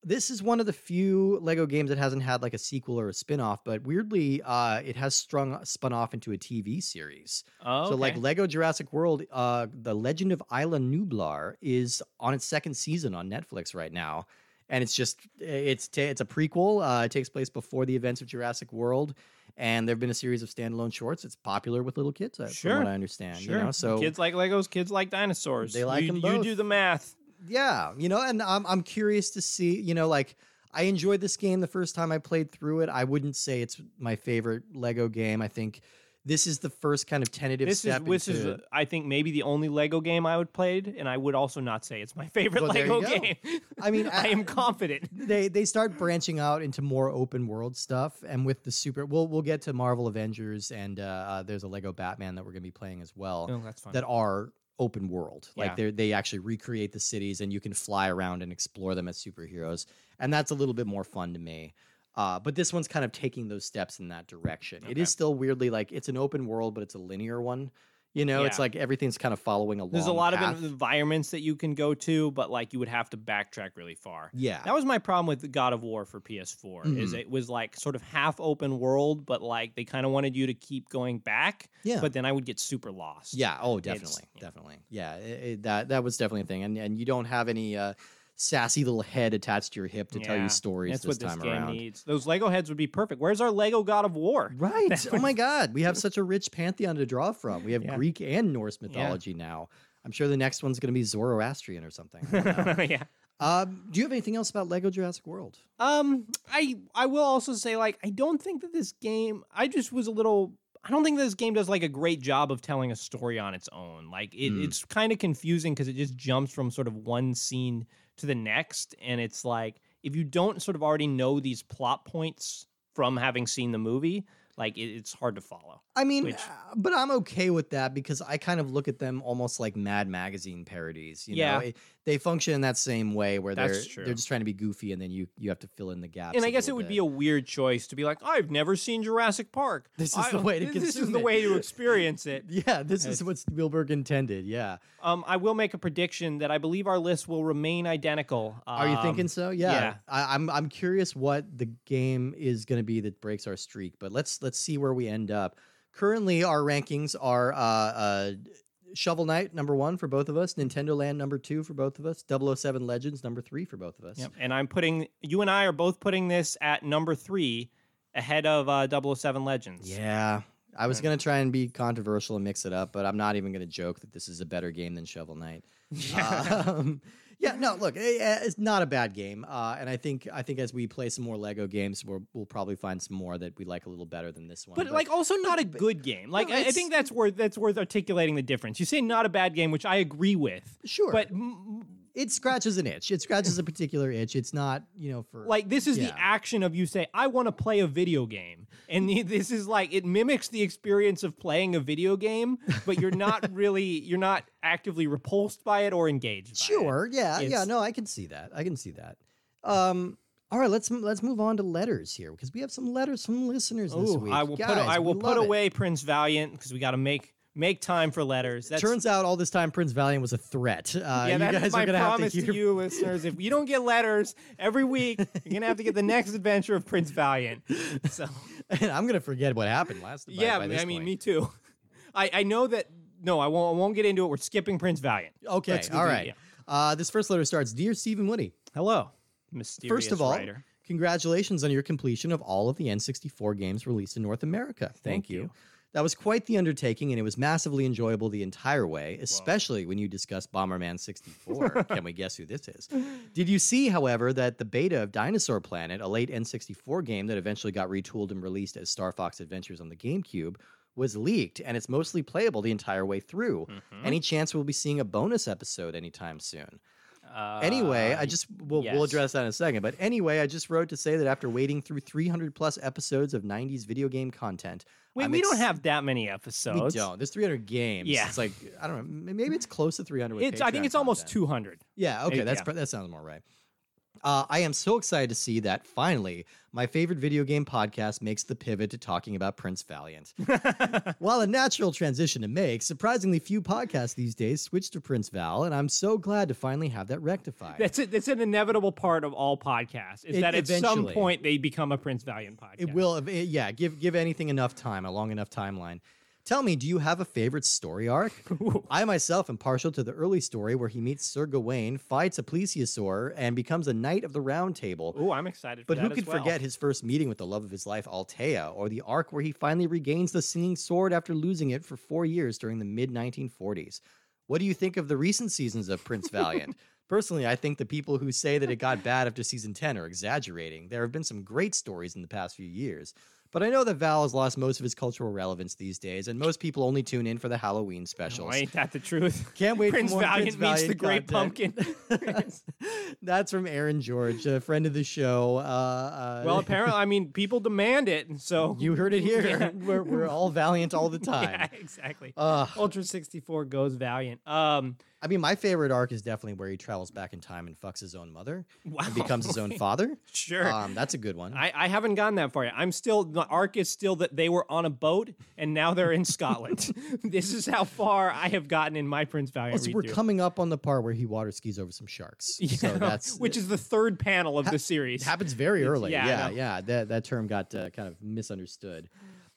[SPEAKER 2] this is one of the few Lego games that hasn't had like a sequel or a spin-off, but weirdly, uh, it has strung spun off into a TV series.
[SPEAKER 1] Oh,
[SPEAKER 2] So like Lego Jurassic World, uh, The Legend of Isla Nublar is on its second season on Netflix right now, and it's just it's ta it's a prequel. Uh, it takes place before the events of Jurassic World, and there have been a series of standalone shorts. It's popular with little kids, uh,
[SPEAKER 1] Sure.
[SPEAKER 2] from what I understand.
[SPEAKER 1] sure.
[SPEAKER 2] You know, so
[SPEAKER 1] kids like Legos, kids like dinosaurs.
[SPEAKER 2] They like
[SPEAKER 1] you,
[SPEAKER 2] 'em
[SPEAKER 1] You
[SPEAKER 2] both.
[SPEAKER 1] do the math.
[SPEAKER 2] yeah, you know, and I'm I'm curious to see, you know, like I enjoyed this game the first time I played through it. I wouldn't say it's my favorite Lego game. I think this is the first kind of tentative
[SPEAKER 1] This is
[SPEAKER 2] step.
[SPEAKER 1] this
[SPEAKER 2] into,
[SPEAKER 1] is uh, I think maybe the only Lego game I would played, and I would also not say it's my favorite
[SPEAKER 2] Well, there you
[SPEAKER 1] Lego
[SPEAKER 2] go.
[SPEAKER 1] game.
[SPEAKER 2] I mean,
[SPEAKER 1] I
[SPEAKER 2] I-
[SPEAKER 1] am confident.
[SPEAKER 2] they they start branching out into more open world stuff and with the super we'll we'll get to Marvel Avengers and uh, uh there's a Lego Batman that we're going to be playing as well
[SPEAKER 1] Oh, that's fun.
[SPEAKER 2] that are open world
[SPEAKER 1] Yeah.
[SPEAKER 2] like they they actually recreate the cities and you can fly around and explore them as superheroes and that's a little bit more fun to me uh, but this one's kind of taking those steps in that direction it
[SPEAKER 1] Okay.
[SPEAKER 2] is still weirdly like it's an open world but it's a linear one you know it's
[SPEAKER 1] Yeah.
[SPEAKER 2] like everything's kind of following along
[SPEAKER 1] There's a lot
[SPEAKER 2] path.
[SPEAKER 1] of environments that you can go to, but like you would have to backtrack really far.
[SPEAKER 2] yeah
[SPEAKER 1] That was my problem with God of War for PS4 is
[SPEAKER 2] Mhm.
[SPEAKER 1] it was like sort of half open world, but like they kind of wanted you to keep going back,
[SPEAKER 2] yeah
[SPEAKER 1] but then I would get super lost.
[SPEAKER 2] Yeah. Oh,
[SPEAKER 1] It's-
[SPEAKER 2] definitely,
[SPEAKER 1] yeah.
[SPEAKER 2] definitely. Yeah, it, it- that that was definitely a thing, and and you don't have any uh, sassy little head attached to your hip to tell
[SPEAKER 1] Yeah,
[SPEAKER 2] you stories
[SPEAKER 1] that's
[SPEAKER 2] this
[SPEAKER 1] what this
[SPEAKER 2] time
[SPEAKER 1] game
[SPEAKER 2] around.
[SPEAKER 1] needs. Those Lego heads would be perfect. Where's our Lego God of War?
[SPEAKER 2] Right. oh my God, we have such a rich pantheon to draw from. We have
[SPEAKER 1] Yeah.
[SPEAKER 2] Greek and Norse mythology now. I'm sure the next one's going to be Zoroastrian or something. I don't know.
[SPEAKER 1] yeah.
[SPEAKER 2] um, do you have anything else about Lego Jurassic World?
[SPEAKER 1] Um, I I will also say like I don't think that this game. I just was a little. I don't think this game does like a great job of telling a story on its own. Like it,
[SPEAKER 2] Mm.
[SPEAKER 1] it's kind of confusing because it just jumps from sort of one scene to the next, and it's like if you don't sort of already know these plot points from having seen the movie, like it, it's hard to follow.
[SPEAKER 2] I mean,
[SPEAKER 1] Which-
[SPEAKER 2] uh, but I'm okay with that because I kind of look at them almost like Mad Magazine parodies. You
[SPEAKER 1] Yeah.
[SPEAKER 2] know, It- they function in that same way where they're
[SPEAKER 1] That's true.
[SPEAKER 2] they're just trying to be goofy, and then you you have to fill in the gaps.
[SPEAKER 1] and I guess it would be a weird choice to be like, I've never seen Jurassic Park.
[SPEAKER 2] This is
[SPEAKER 1] I-
[SPEAKER 2] the way to
[SPEAKER 1] This is
[SPEAKER 2] consume
[SPEAKER 1] the
[SPEAKER 2] it."
[SPEAKER 1] way to experience it.
[SPEAKER 2] yeah. This is
[SPEAKER 1] It's-
[SPEAKER 2] what Spielberg intended. Yeah.
[SPEAKER 1] Um, I will make a prediction that I believe our list will remain identical.
[SPEAKER 2] Are you
[SPEAKER 1] Um,
[SPEAKER 2] thinking so? Yeah.
[SPEAKER 1] yeah.
[SPEAKER 2] I, I'm I'm curious what the game is going to be that breaks our streak, but let's let's see where we end up. Currently, our rankings are uh, uh, Shovel Knight number one for both of us, Nintendo Land number two for both of us, 007 Legends number three for both of us.
[SPEAKER 1] Yep. And I'm putting you and I are both putting this at number three, ahead of uh, 007 Legends.
[SPEAKER 2] Yeah. I was
[SPEAKER 1] Mm.
[SPEAKER 2] going to try and be controversial and mix it up, but I'm not even going to joke that this is a better game than Shovel Knight.
[SPEAKER 1] Yeah.
[SPEAKER 2] Um, yeah, no, look, eh, eh, it's not a bad game. Uh, and I think I think as we play some more Lego games, we'll, we'll probably find some more that we like a little better than this one.
[SPEAKER 1] But like also not a good game. Like I, I
[SPEAKER 2] it's-
[SPEAKER 1] think that's worth that's worth articulating the difference. You say not a bad game, which I agree with.
[SPEAKER 2] sure.
[SPEAKER 1] But mm,
[SPEAKER 2] it scratches an itch. It scratches a particular itch. It's not, you know, for
[SPEAKER 1] like this is
[SPEAKER 2] Yeah.
[SPEAKER 1] the action of you say I want to play a video game, and the- this is like it mimics the experience of playing a video game, but you're not really you're not actively repulsed by it or engaged. By it.
[SPEAKER 2] Sure. Yeah. Yeah.
[SPEAKER 1] It's-
[SPEAKER 2] No, I can see that. I can see that. Um, all right, let's m- let's move on to letters here because we have some letters from listeners this
[SPEAKER 1] Ooh,
[SPEAKER 2] week.
[SPEAKER 1] I will put
[SPEAKER 2] Guys,
[SPEAKER 1] I
[SPEAKER 2] we
[SPEAKER 1] will put
[SPEAKER 2] love it.
[SPEAKER 1] away Prince Valiant because we got to make Make time for letters. That's,
[SPEAKER 2] Turns out all this time Prince Valiant was a threat. Uh,
[SPEAKER 1] yeah,
[SPEAKER 2] you
[SPEAKER 1] that's
[SPEAKER 2] guys
[SPEAKER 1] my
[SPEAKER 2] are gonna have to
[SPEAKER 1] promise
[SPEAKER 2] hear.
[SPEAKER 1] to you, listeners. If you don't get letters every week, you're gonna have to get the next adventure of Prince Valiant. So.
[SPEAKER 2] and I'm gonna forget what happened last. by-
[SPEAKER 1] Yeah,
[SPEAKER 2] by
[SPEAKER 1] I
[SPEAKER 2] this
[SPEAKER 1] mean
[SPEAKER 2] point.
[SPEAKER 1] me too. I, I know that. No, I won't. I won't get into it. We're skipping Prince Valiant.
[SPEAKER 2] Okay,
[SPEAKER 1] Let's do
[SPEAKER 2] all
[SPEAKER 1] the-
[SPEAKER 2] right.
[SPEAKER 1] yeah.
[SPEAKER 2] Uh, this first letter starts, dear Stephen Woody.
[SPEAKER 1] Hello, mysterious
[SPEAKER 2] First of all,
[SPEAKER 1] writer.
[SPEAKER 2] congratulations on your completion of all of the N64 games released in North America. Thank,
[SPEAKER 1] Thank
[SPEAKER 2] you.
[SPEAKER 1] you.
[SPEAKER 2] That was quite the undertaking, and it was massively enjoyable the entire way, especially when you discuss Bomberman 64. Can we guess who this is? Did you see, however, that the beta of Dinosaur Planet, a late N64 game that eventually got retooled and released as Star Fox Adventures on the GameCube, was leaked and it's mostly playable the entire way through?
[SPEAKER 1] Mm-hmm.
[SPEAKER 2] Any chance we'll be seeing a bonus episode anytime soon?
[SPEAKER 1] Uh,
[SPEAKER 2] Anyway, I just we'll, we'll
[SPEAKER 1] yes.
[SPEAKER 2] address that in a second. But anyway, I just wrote to say that after wading through 300 plus episodes of 90s video game content,
[SPEAKER 1] wait.
[SPEAKER 2] I'm
[SPEAKER 1] we don't
[SPEAKER 2] ex-
[SPEAKER 1] have that many
[SPEAKER 2] we
[SPEAKER 1] episodes.
[SPEAKER 2] don't. There's 300 games.
[SPEAKER 1] Yeah.
[SPEAKER 2] it's like I don't know. m- Maybe it's close to 300. With
[SPEAKER 1] It's. I think
[SPEAKER 2] Patreon
[SPEAKER 1] it's almost
[SPEAKER 2] content.
[SPEAKER 1] 200.
[SPEAKER 2] Yeah. Okay.
[SPEAKER 1] Maybe-
[SPEAKER 2] That's
[SPEAKER 1] yeah.
[SPEAKER 2] pr- that sounds more right. Uh, I am so excited to see that finally my favorite video game podcast makes the pivot to talking about Prince Valiant. While a natural transition to make, surprisingly few podcasts these days switch to Prince Val, and I'm so glad to finally have that rectified.
[SPEAKER 1] That's it. That's an inevitable part of all podcasts. Is
[SPEAKER 2] It-
[SPEAKER 1] that at some
[SPEAKER 2] eventually.
[SPEAKER 1] point they become a Prince Valiant podcast?
[SPEAKER 2] It will. if it- yeah, give give anything enough time, a long enough timeline. Tell me, do you have a favorite story arc? I myself am partial to the early story where he meets Sir Gawain, fights a plesiosaur, and becomes a knight of the round table.
[SPEAKER 1] Oh, I'm excited. For
[SPEAKER 2] But who
[SPEAKER 1] that as
[SPEAKER 2] could
[SPEAKER 1] well.
[SPEAKER 2] forget his first meeting with the love of his life, Altea, or the arc where he finally regains the singing sword after losing it for four years during the mid 1940s? What do you think of the recent seasons of Prince Valiant? Personally, I think the people who say that it got bad after season 10 are exaggerating. There have been some great stories in the past few years. But I know that Val has lost most of his cultural relevance these days, and most people only tune in for the Halloween specials.
[SPEAKER 1] Oh, ain't that the truth?
[SPEAKER 2] Can't wait for
[SPEAKER 1] Prince
[SPEAKER 2] more Prince
[SPEAKER 1] Valiant meets the
[SPEAKER 2] Valiant
[SPEAKER 1] Great
[SPEAKER 2] content.
[SPEAKER 1] Pumpkin.
[SPEAKER 2] That's from Aaron George, a friend of the show. Uh, uh,
[SPEAKER 1] well, apparently, I mean, people demand it, and so
[SPEAKER 2] You heard it here.
[SPEAKER 1] Yeah.
[SPEAKER 2] We're, we're all valiant all the
[SPEAKER 1] yeah,
[SPEAKER 2] time.
[SPEAKER 1] exactly.
[SPEAKER 2] Ugh.
[SPEAKER 1] Ultra 64 goes Valiant. Um,
[SPEAKER 2] I mean, my favorite arc is definitely where he travels back in time and fucks his own mother
[SPEAKER 1] wow.
[SPEAKER 2] and becomes his own father.
[SPEAKER 1] sure.
[SPEAKER 2] Um, that's a good one.
[SPEAKER 1] I, I haven't gotten that far yet. I'm still the arc is still that they were on a boat and now they're in Scotland. this is how far I have gotten in my Prince Valiant
[SPEAKER 2] Also, we're
[SPEAKER 1] read-through.
[SPEAKER 2] coming up on the part where he water skis over some sharks. So that's
[SPEAKER 1] which is the third panel of the series.
[SPEAKER 2] It happens very early.
[SPEAKER 1] yeah, I
[SPEAKER 2] Yeah, yeah.
[SPEAKER 1] know.
[SPEAKER 2] that, that term got uh, kind of misunderstood.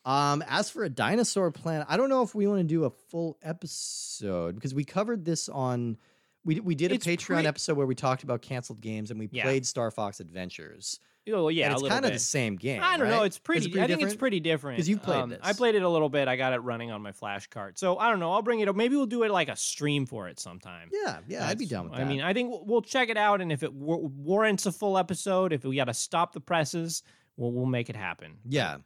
[SPEAKER 2] Um, as for a dinosaur planet, I don't know if we want to do a full episode because we covered this on. We, we did a
[SPEAKER 1] It's
[SPEAKER 2] Patreon
[SPEAKER 1] pre-
[SPEAKER 2] episode where we talked about canceled games and we
[SPEAKER 1] Yeah.
[SPEAKER 2] played Star Fox Adventures.
[SPEAKER 1] Oh yeah,
[SPEAKER 2] And
[SPEAKER 1] a
[SPEAKER 2] it's
[SPEAKER 1] little
[SPEAKER 2] kind of
[SPEAKER 1] bit.
[SPEAKER 2] the same game.
[SPEAKER 1] I don't know.
[SPEAKER 2] right?
[SPEAKER 1] It's
[SPEAKER 2] Is it
[SPEAKER 1] pretty. I think it's
[SPEAKER 2] different?
[SPEAKER 1] pretty different Um,
[SPEAKER 2] 'Cause you've played this.
[SPEAKER 1] I played it a little bit. I got it running on my flash cart. So I don't know. I'll bring it up. Maybe we'll do it like a stream for it sometime.
[SPEAKER 2] Yeah, yeah, I'd be
[SPEAKER 1] That's-
[SPEAKER 2] down with that.
[SPEAKER 1] I mean, I think we'll- we'll check it out, and if it wa- warrants a full episode, if we got to stop the presses, we'll we'll make it happen.
[SPEAKER 2] yeah.
[SPEAKER 1] Hmm.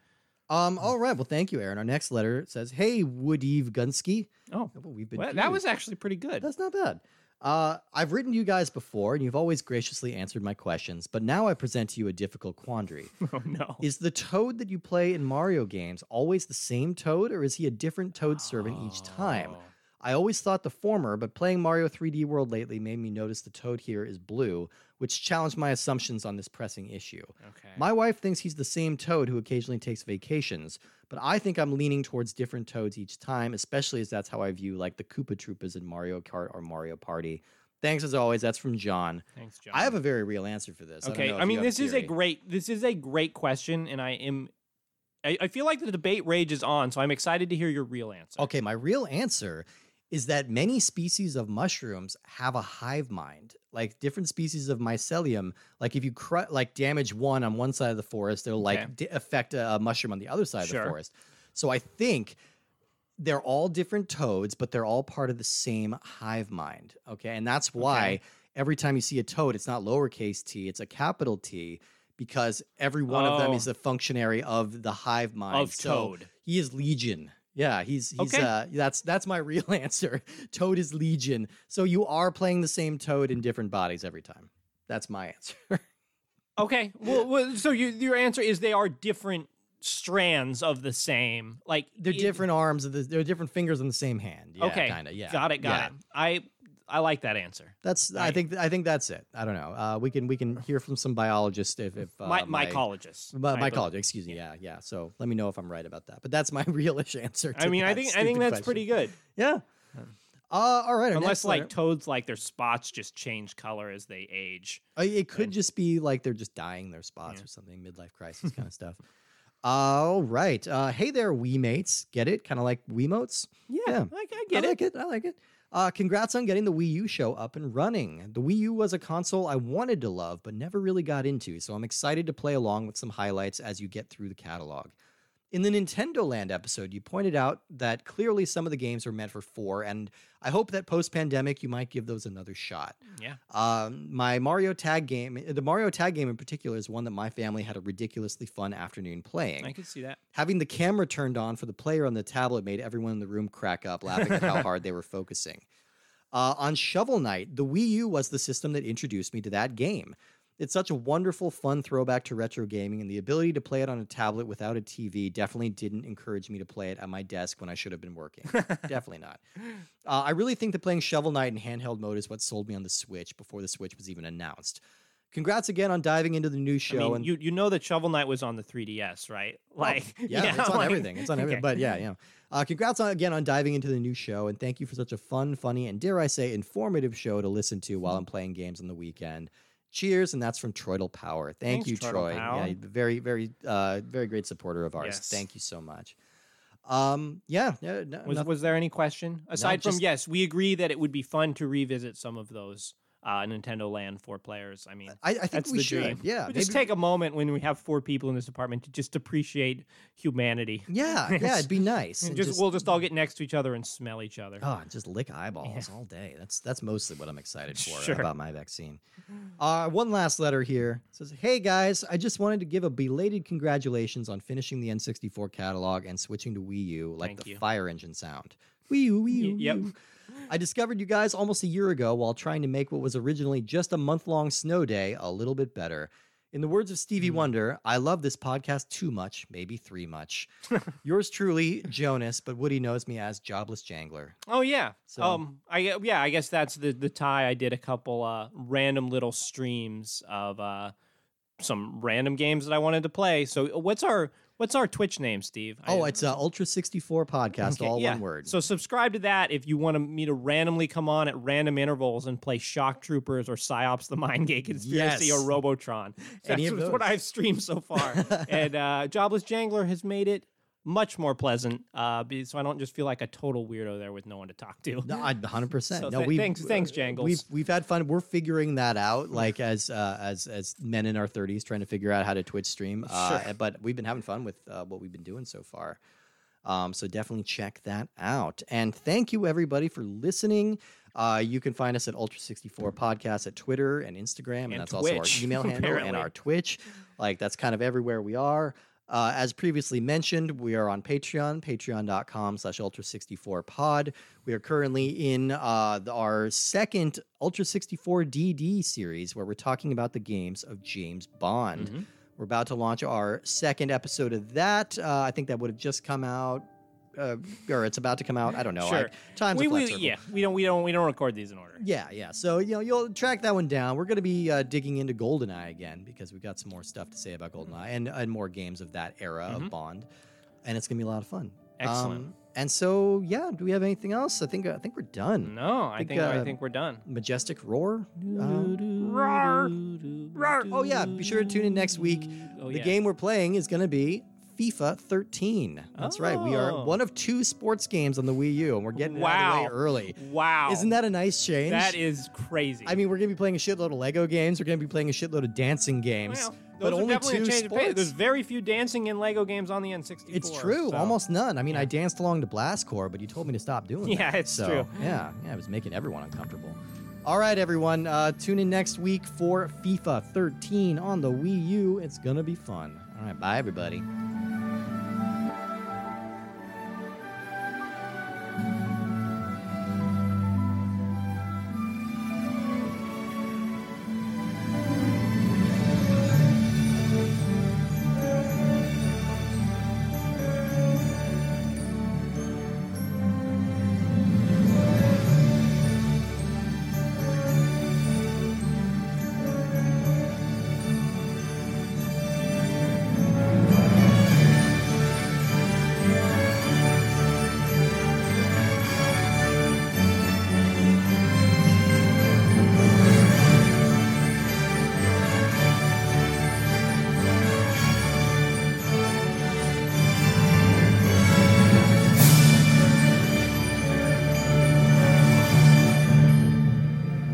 [SPEAKER 2] Um, all right. Well, thank you, Aaron. Our next letter says, "Hey, Woody Gunsky.
[SPEAKER 1] Oh,
[SPEAKER 2] Oh, we've been
[SPEAKER 1] well, that
[SPEAKER 2] feuding.
[SPEAKER 1] was actually pretty good.
[SPEAKER 2] That's not bad. Uh, I've written to you guys before, and you've always graciously answered my questions. But now I present to you a difficult quandary:
[SPEAKER 1] Oh no.
[SPEAKER 2] Is the Toad that you play in Mario games always the same Toad, or is he a different Toad servant each time?
[SPEAKER 1] Oh.
[SPEAKER 2] I always thought the former, but playing Mario 3D World lately made me notice the Toad here is blue, which challenged my assumptions on this pressing issue.
[SPEAKER 1] Okay.
[SPEAKER 2] My wife thinks he's the same toad who occasionally takes vacations, but I think I'm leaning towards different toads each time, especially as that's how I view like the Koopa Troopas in Mario Kart or Mario Party. Thanks as always. That's from John.
[SPEAKER 1] Thanks, John.
[SPEAKER 2] I have a very real answer for this.
[SPEAKER 1] Okay. I, mean, this is a great this is a great question, and I am. I, I feel like the debate rages on, so I'm excited to hear your real answer.
[SPEAKER 2] Okay, my real answer is that many species of mushrooms have a hive mind. Like different species of mycelium, like if you cru- like damage one on one side of the forest, they'll like
[SPEAKER 1] Okay.
[SPEAKER 2] di- affect a, a mushroom on the other side of
[SPEAKER 1] Sure.
[SPEAKER 2] the forest. So I think they're all different toads, but they're all part of the same hive mind. Okay, and that's why
[SPEAKER 1] Okay.
[SPEAKER 2] every time you see a toad, it's not lowercase t, it's a capital T. Because every one of them
[SPEAKER 1] Oh.
[SPEAKER 2] is a functionary of the hive mind
[SPEAKER 1] Of
[SPEAKER 2] So
[SPEAKER 1] Toad.
[SPEAKER 2] he is Legion. Yeah, he's he's
[SPEAKER 1] Okay.
[SPEAKER 2] uh that's that's my real answer. Toad is Legion. So you are playing the same Toad in different bodies every time. That's my answer.
[SPEAKER 1] Okay. Well, well so you, your answer is they are different strands of the same. Like
[SPEAKER 2] they're
[SPEAKER 1] it-
[SPEAKER 2] different arms of the they're different fingers on the same hand. Yeah,
[SPEAKER 1] okay.
[SPEAKER 2] kinda, yeah.
[SPEAKER 1] Got it. Got
[SPEAKER 2] yeah.
[SPEAKER 1] it. I I like that answer.
[SPEAKER 2] That's I
[SPEAKER 1] Right.
[SPEAKER 2] think I think that's it. I don't know. Uh, we can we can hear from some biologists if if uh,
[SPEAKER 1] my mycologist.
[SPEAKER 2] my,
[SPEAKER 1] I
[SPEAKER 2] my
[SPEAKER 1] believe.
[SPEAKER 2] college, excuse me. Yeah, yeah. So let me know if I'm right about that. But that's my realish answer. To
[SPEAKER 1] I mean,
[SPEAKER 2] that
[SPEAKER 1] I think I think
[SPEAKER 2] stupid
[SPEAKER 1] that's
[SPEAKER 2] question.
[SPEAKER 1] pretty good.
[SPEAKER 2] Yeah. Uh, all right. our next
[SPEAKER 1] Unless like
[SPEAKER 2] letter-
[SPEAKER 1] toads, like their spots just change color as they age.
[SPEAKER 2] Uh, it could
[SPEAKER 1] and-
[SPEAKER 2] just be like they're just dying their spots
[SPEAKER 1] Yeah.
[SPEAKER 2] or something, midlife crisis kind of stuff. All right. Uh, hey there, we mates. Get it? Kind of like Wiimotes.
[SPEAKER 1] Yeah,
[SPEAKER 2] Yeah.
[SPEAKER 1] I, I get
[SPEAKER 2] I
[SPEAKER 1] it.
[SPEAKER 2] like it. I like it. Uh, congrats on getting the Wii U show up and running. The Wii U was a console I wanted to love, but never really got into, so I'm excited to play along with some highlights as you get through the catalog. In the Nintendo Land episode, you pointed out that clearly some of the games were meant for four, and I hope that post pandemic you might give those another shot.
[SPEAKER 1] Yeah.
[SPEAKER 2] Um, my Mario tag game, the Mario tag game in particular, is one that my family had a ridiculously fun afternoon playing.
[SPEAKER 1] I can see that.
[SPEAKER 2] Having the camera turned on for the player on the tablet made everyone in the room crack up, laughing at how hard they were focusing. Uh, on Shovel Knight, the Wii U was the system that introduced me to that game. It's such a wonderful, fun throwback to retro gaming, and the ability to play it on a tablet without a TV definitely didn't encourage me to play it at my desk when I should have been working. definitely not. Uh, I really think that playing Shovel Knight in handheld mode is what sold me on the Switch before the Switch was even announced. Congrats again on diving into the new show.
[SPEAKER 1] I mean,
[SPEAKER 2] and Oh,
[SPEAKER 1] you you know that Shovel Knight was on the 3DS, right? Like,
[SPEAKER 2] yeah, it's on
[SPEAKER 1] like-
[SPEAKER 2] everything. It's on everything.
[SPEAKER 1] Okay.
[SPEAKER 2] But yeah, yeah. Uh, congrats on, again on diving into the new show, and thank you for such a fun, funny, and dare I say, informative show to listen to while I'm playing games on the weekend. Cheers, and that's from Troidal Power. Thank
[SPEAKER 1] Thanks,
[SPEAKER 2] you,
[SPEAKER 1] Troidal
[SPEAKER 2] Troy.
[SPEAKER 1] Power.
[SPEAKER 2] Yeah, very, very, uh, very great supporter of ours.
[SPEAKER 1] Yes.
[SPEAKER 2] Thank you so much. Um, yeah, no, no,
[SPEAKER 1] Was,
[SPEAKER 2] noth-
[SPEAKER 1] was there any question aside from
[SPEAKER 2] just-
[SPEAKER 1] yes? We agree that it would be fun to revisit some of those uh, Nintendo Land four players. I mean,
[SPEAKER 2] I, I think
[SPEAKER 1] that's
[SPEAKER 2] we
[SPEAKER 1] the
[SPEAKER 2] should.
[SPEAKER 1] dream.
[SPEAKER 2] Yeah,
[SPEAKER 1] we just
[SPEAKER 2] maybe-
[SPEAKER 1] take a moment when we have four people in this apartment to just appreciate humanity.
[SPEAKER 2] yeah, yeah. It'd be nice.
[SPEAKER 1] And
[SPEAKER 2] and
[SPEAKER 1] just, we'll just all get next to each other and smell each other.
[SPEAKER 2] Oh, just lick eyeballs all day. That's that's mostly what I'm excited for
[SPEAKER 1] Sure. Mm-hmm.
[SPEAKER 2] about my vaccine. Uh, one last letter here It says, "Hey guys, I just wanted to give a belated congratulations on finishing the N64 catalog and switching to Wii U, like
[SPEAKER 1] Thank
[SPEAKER 2] the
[SPEAKER 1] you.
[SPEAKER 2] fire engine sound. Wii U, Wii
[SPEAKER 1] Y-
[SPEAKER 2] U,
[SPEAKER 1] yep.
[SPEAKER 2] Wii U. I discovered you guys almost a year ago while trying to make what was originally just a month-long snow day a little bit better." In the words of Stevie
[SPEAKER 1] Mm.
[SPEAKER 2] Wonder, I love this podcast too much, maybe three much. Yours truly, Jonas, but Woody knows me as Jobless Jangler.
[SPEAKER 1] Oh yeah.
[SPEAKER 2] So-
[SPEAKER 1] Um. I gue- yeah. I guess that's the the tie. I did a couple uh random little streams of uh some random games that I wanted to play. So uh, what's our what's our Twitch name, Steve? I-
[SPEAKER 2] Oh, it's uh, Ultra 64 podcast,
[SPEAKER 1] okay,
[SPEAKER 2] all
[SPEAKER 1] yeah.
[SPEAKER 2] one word.
[SPEAKER 1] So subscribe to that if you want me to randomly come on at random intervals and play Shock Troopers or Psyops the Mind Gate Conspiracy
[SPEAKER 2] Yes.
[SPEAKER 1] or Robotron. That's
[SPEAKER 2] Any of
[SPEAKER 1] what
[SPEAKER 2] those.
[SPEAKER 1] I've streamed so far. and uh, Jobless Jangler has made it much more pleasant, uh, be- so I don't just feel like a total weirdo there with no one to talk to.
[SPEAKER 2] no, I- 100%.
[SPEAKER 1] So
[SPEAKER 2] no,
[SPEAKER 1] th-
[SPEAKER 2] we
[SPEAKER 1] thanks- thanks, Jangles.
[SPEAKER 2] We've we've had fun. We're figuring that out like as uh, as as men in our 30s trying to figure out how to Twitch stream. Uh,
[SPEAKER 1] Sure.
[SPEAKER 2] but we've been having fun with uh, what we've been doing so far. Um, so definitely check that out. And thank you everybody for listening. Uh, you can find us at Ultra 64 Podcast at Twitter and Instagram, and,
[SPEAKER 1] And
[SPEAKER 2] that's also
[SPEAKER 1] Twitch,
[SPEAKER 2] our email handle and
[SPEAKER 1] apparently.
[SPEAKER 2] our Twitch. Like that's kind of everywhere we are. Uh, as previously mentioned, we are on Patreon, patreon.com slash ultra64pod. We are currently in uh, the- our second Ultra 64 DD series where we're talking about the games of James Bond.
[SPEAKER 1] Mhm.
[SPEAKER 2] We're about to launch our second episode of that. Uh, I think that would have just come out, uh, or it's about to come out. I don't know. I-
[SPEAKER 1] Sure.
[SPEAKER 2] time's
[SPEAKER 1] we,
[SPEAKER 2] a flat
[SPEAKER 1] we-
[SPEAKER 2] circle.
[SPEAKER 1] yeah, we don't we don't we don't record these in order.
[SPEAKER 2] Yeah, yeah. So you know you'll track that one down. We're going to be uh, digging into GoldenEye again because we've got some more stuff to say about GoldenEye and and more games of that era of
[SPEAKER 1] Mhm.
[SPEAKER 2] Bond, and it's going to be a lot of fun.
[SPEAKER 1] Excellent.
[SPEAKER 2] Um, and so yeah, do we have anything else? I think I think we're done.
[SPEAKER 1] no, I
[SPEAKER 2] think,
[SPEAKER 1] think I
[SPEAKER 2] uh,
[SPEAKER 1] think we're done.
[SPEAKER 2] Majestic roar.
[SPEAKER 1] Roar. Roar.
[SPEAKER 2] Oh yeah, be sure to tune in next week.
[SPEAKER 1] Oh,
[SPEAKER 2] the
[SPEAKER 1] yeah.
[SPEAKER 2] game we're playing is going to be FIFA 13. That's right. We are
[SPEAKER 1] Oh.
[SPEAKER 2] one of two sports games on the Wii U, and we're getting it out
[SPEAKER 1] Wow.
[SPEAKER 2] of the way early.
[SPEAKER 1] Wow.
[SPEAKER 2] Isn't that a nice change?
[SPEAKER 1] that is crazy?
[SPEAKER 2] I mean, we're going to be playing a shitload of Lego games. We're going to be playing a shitload of dancing games,
[SPEAKER 1] Well,
[SPEAKER 2] but
[SPEAKER 1] those are
[SPEAKER 2] only
[SPEAKER 1] definitely a
[SPEAKER 2] two
[SPEAKER 1] change of pace.
[SPEAKER 2] sports.
[SPEAKER 1] There's very few dancing and Lego games on the N64.
[SPEAKER 2] it's true, oh
[SPEAKER 1] so-
[SPEAKER 2] almost none. I mean, I danced along to Blastcore, but you told me to stop doing
[SPEAKER 1] Yeah,
[SPEAKER 2] that.
[SPEAKER 1] it's
[SPEAKER 2] so,
[SPEAKER 1] true.
[SPEAKER 2] Yeah, yeah, it was making everyone uncomfortable. All right, everyone, uh, tune in next week for FIFA 13 on the Wii U. It's going to be fun. All right, bye, everybody.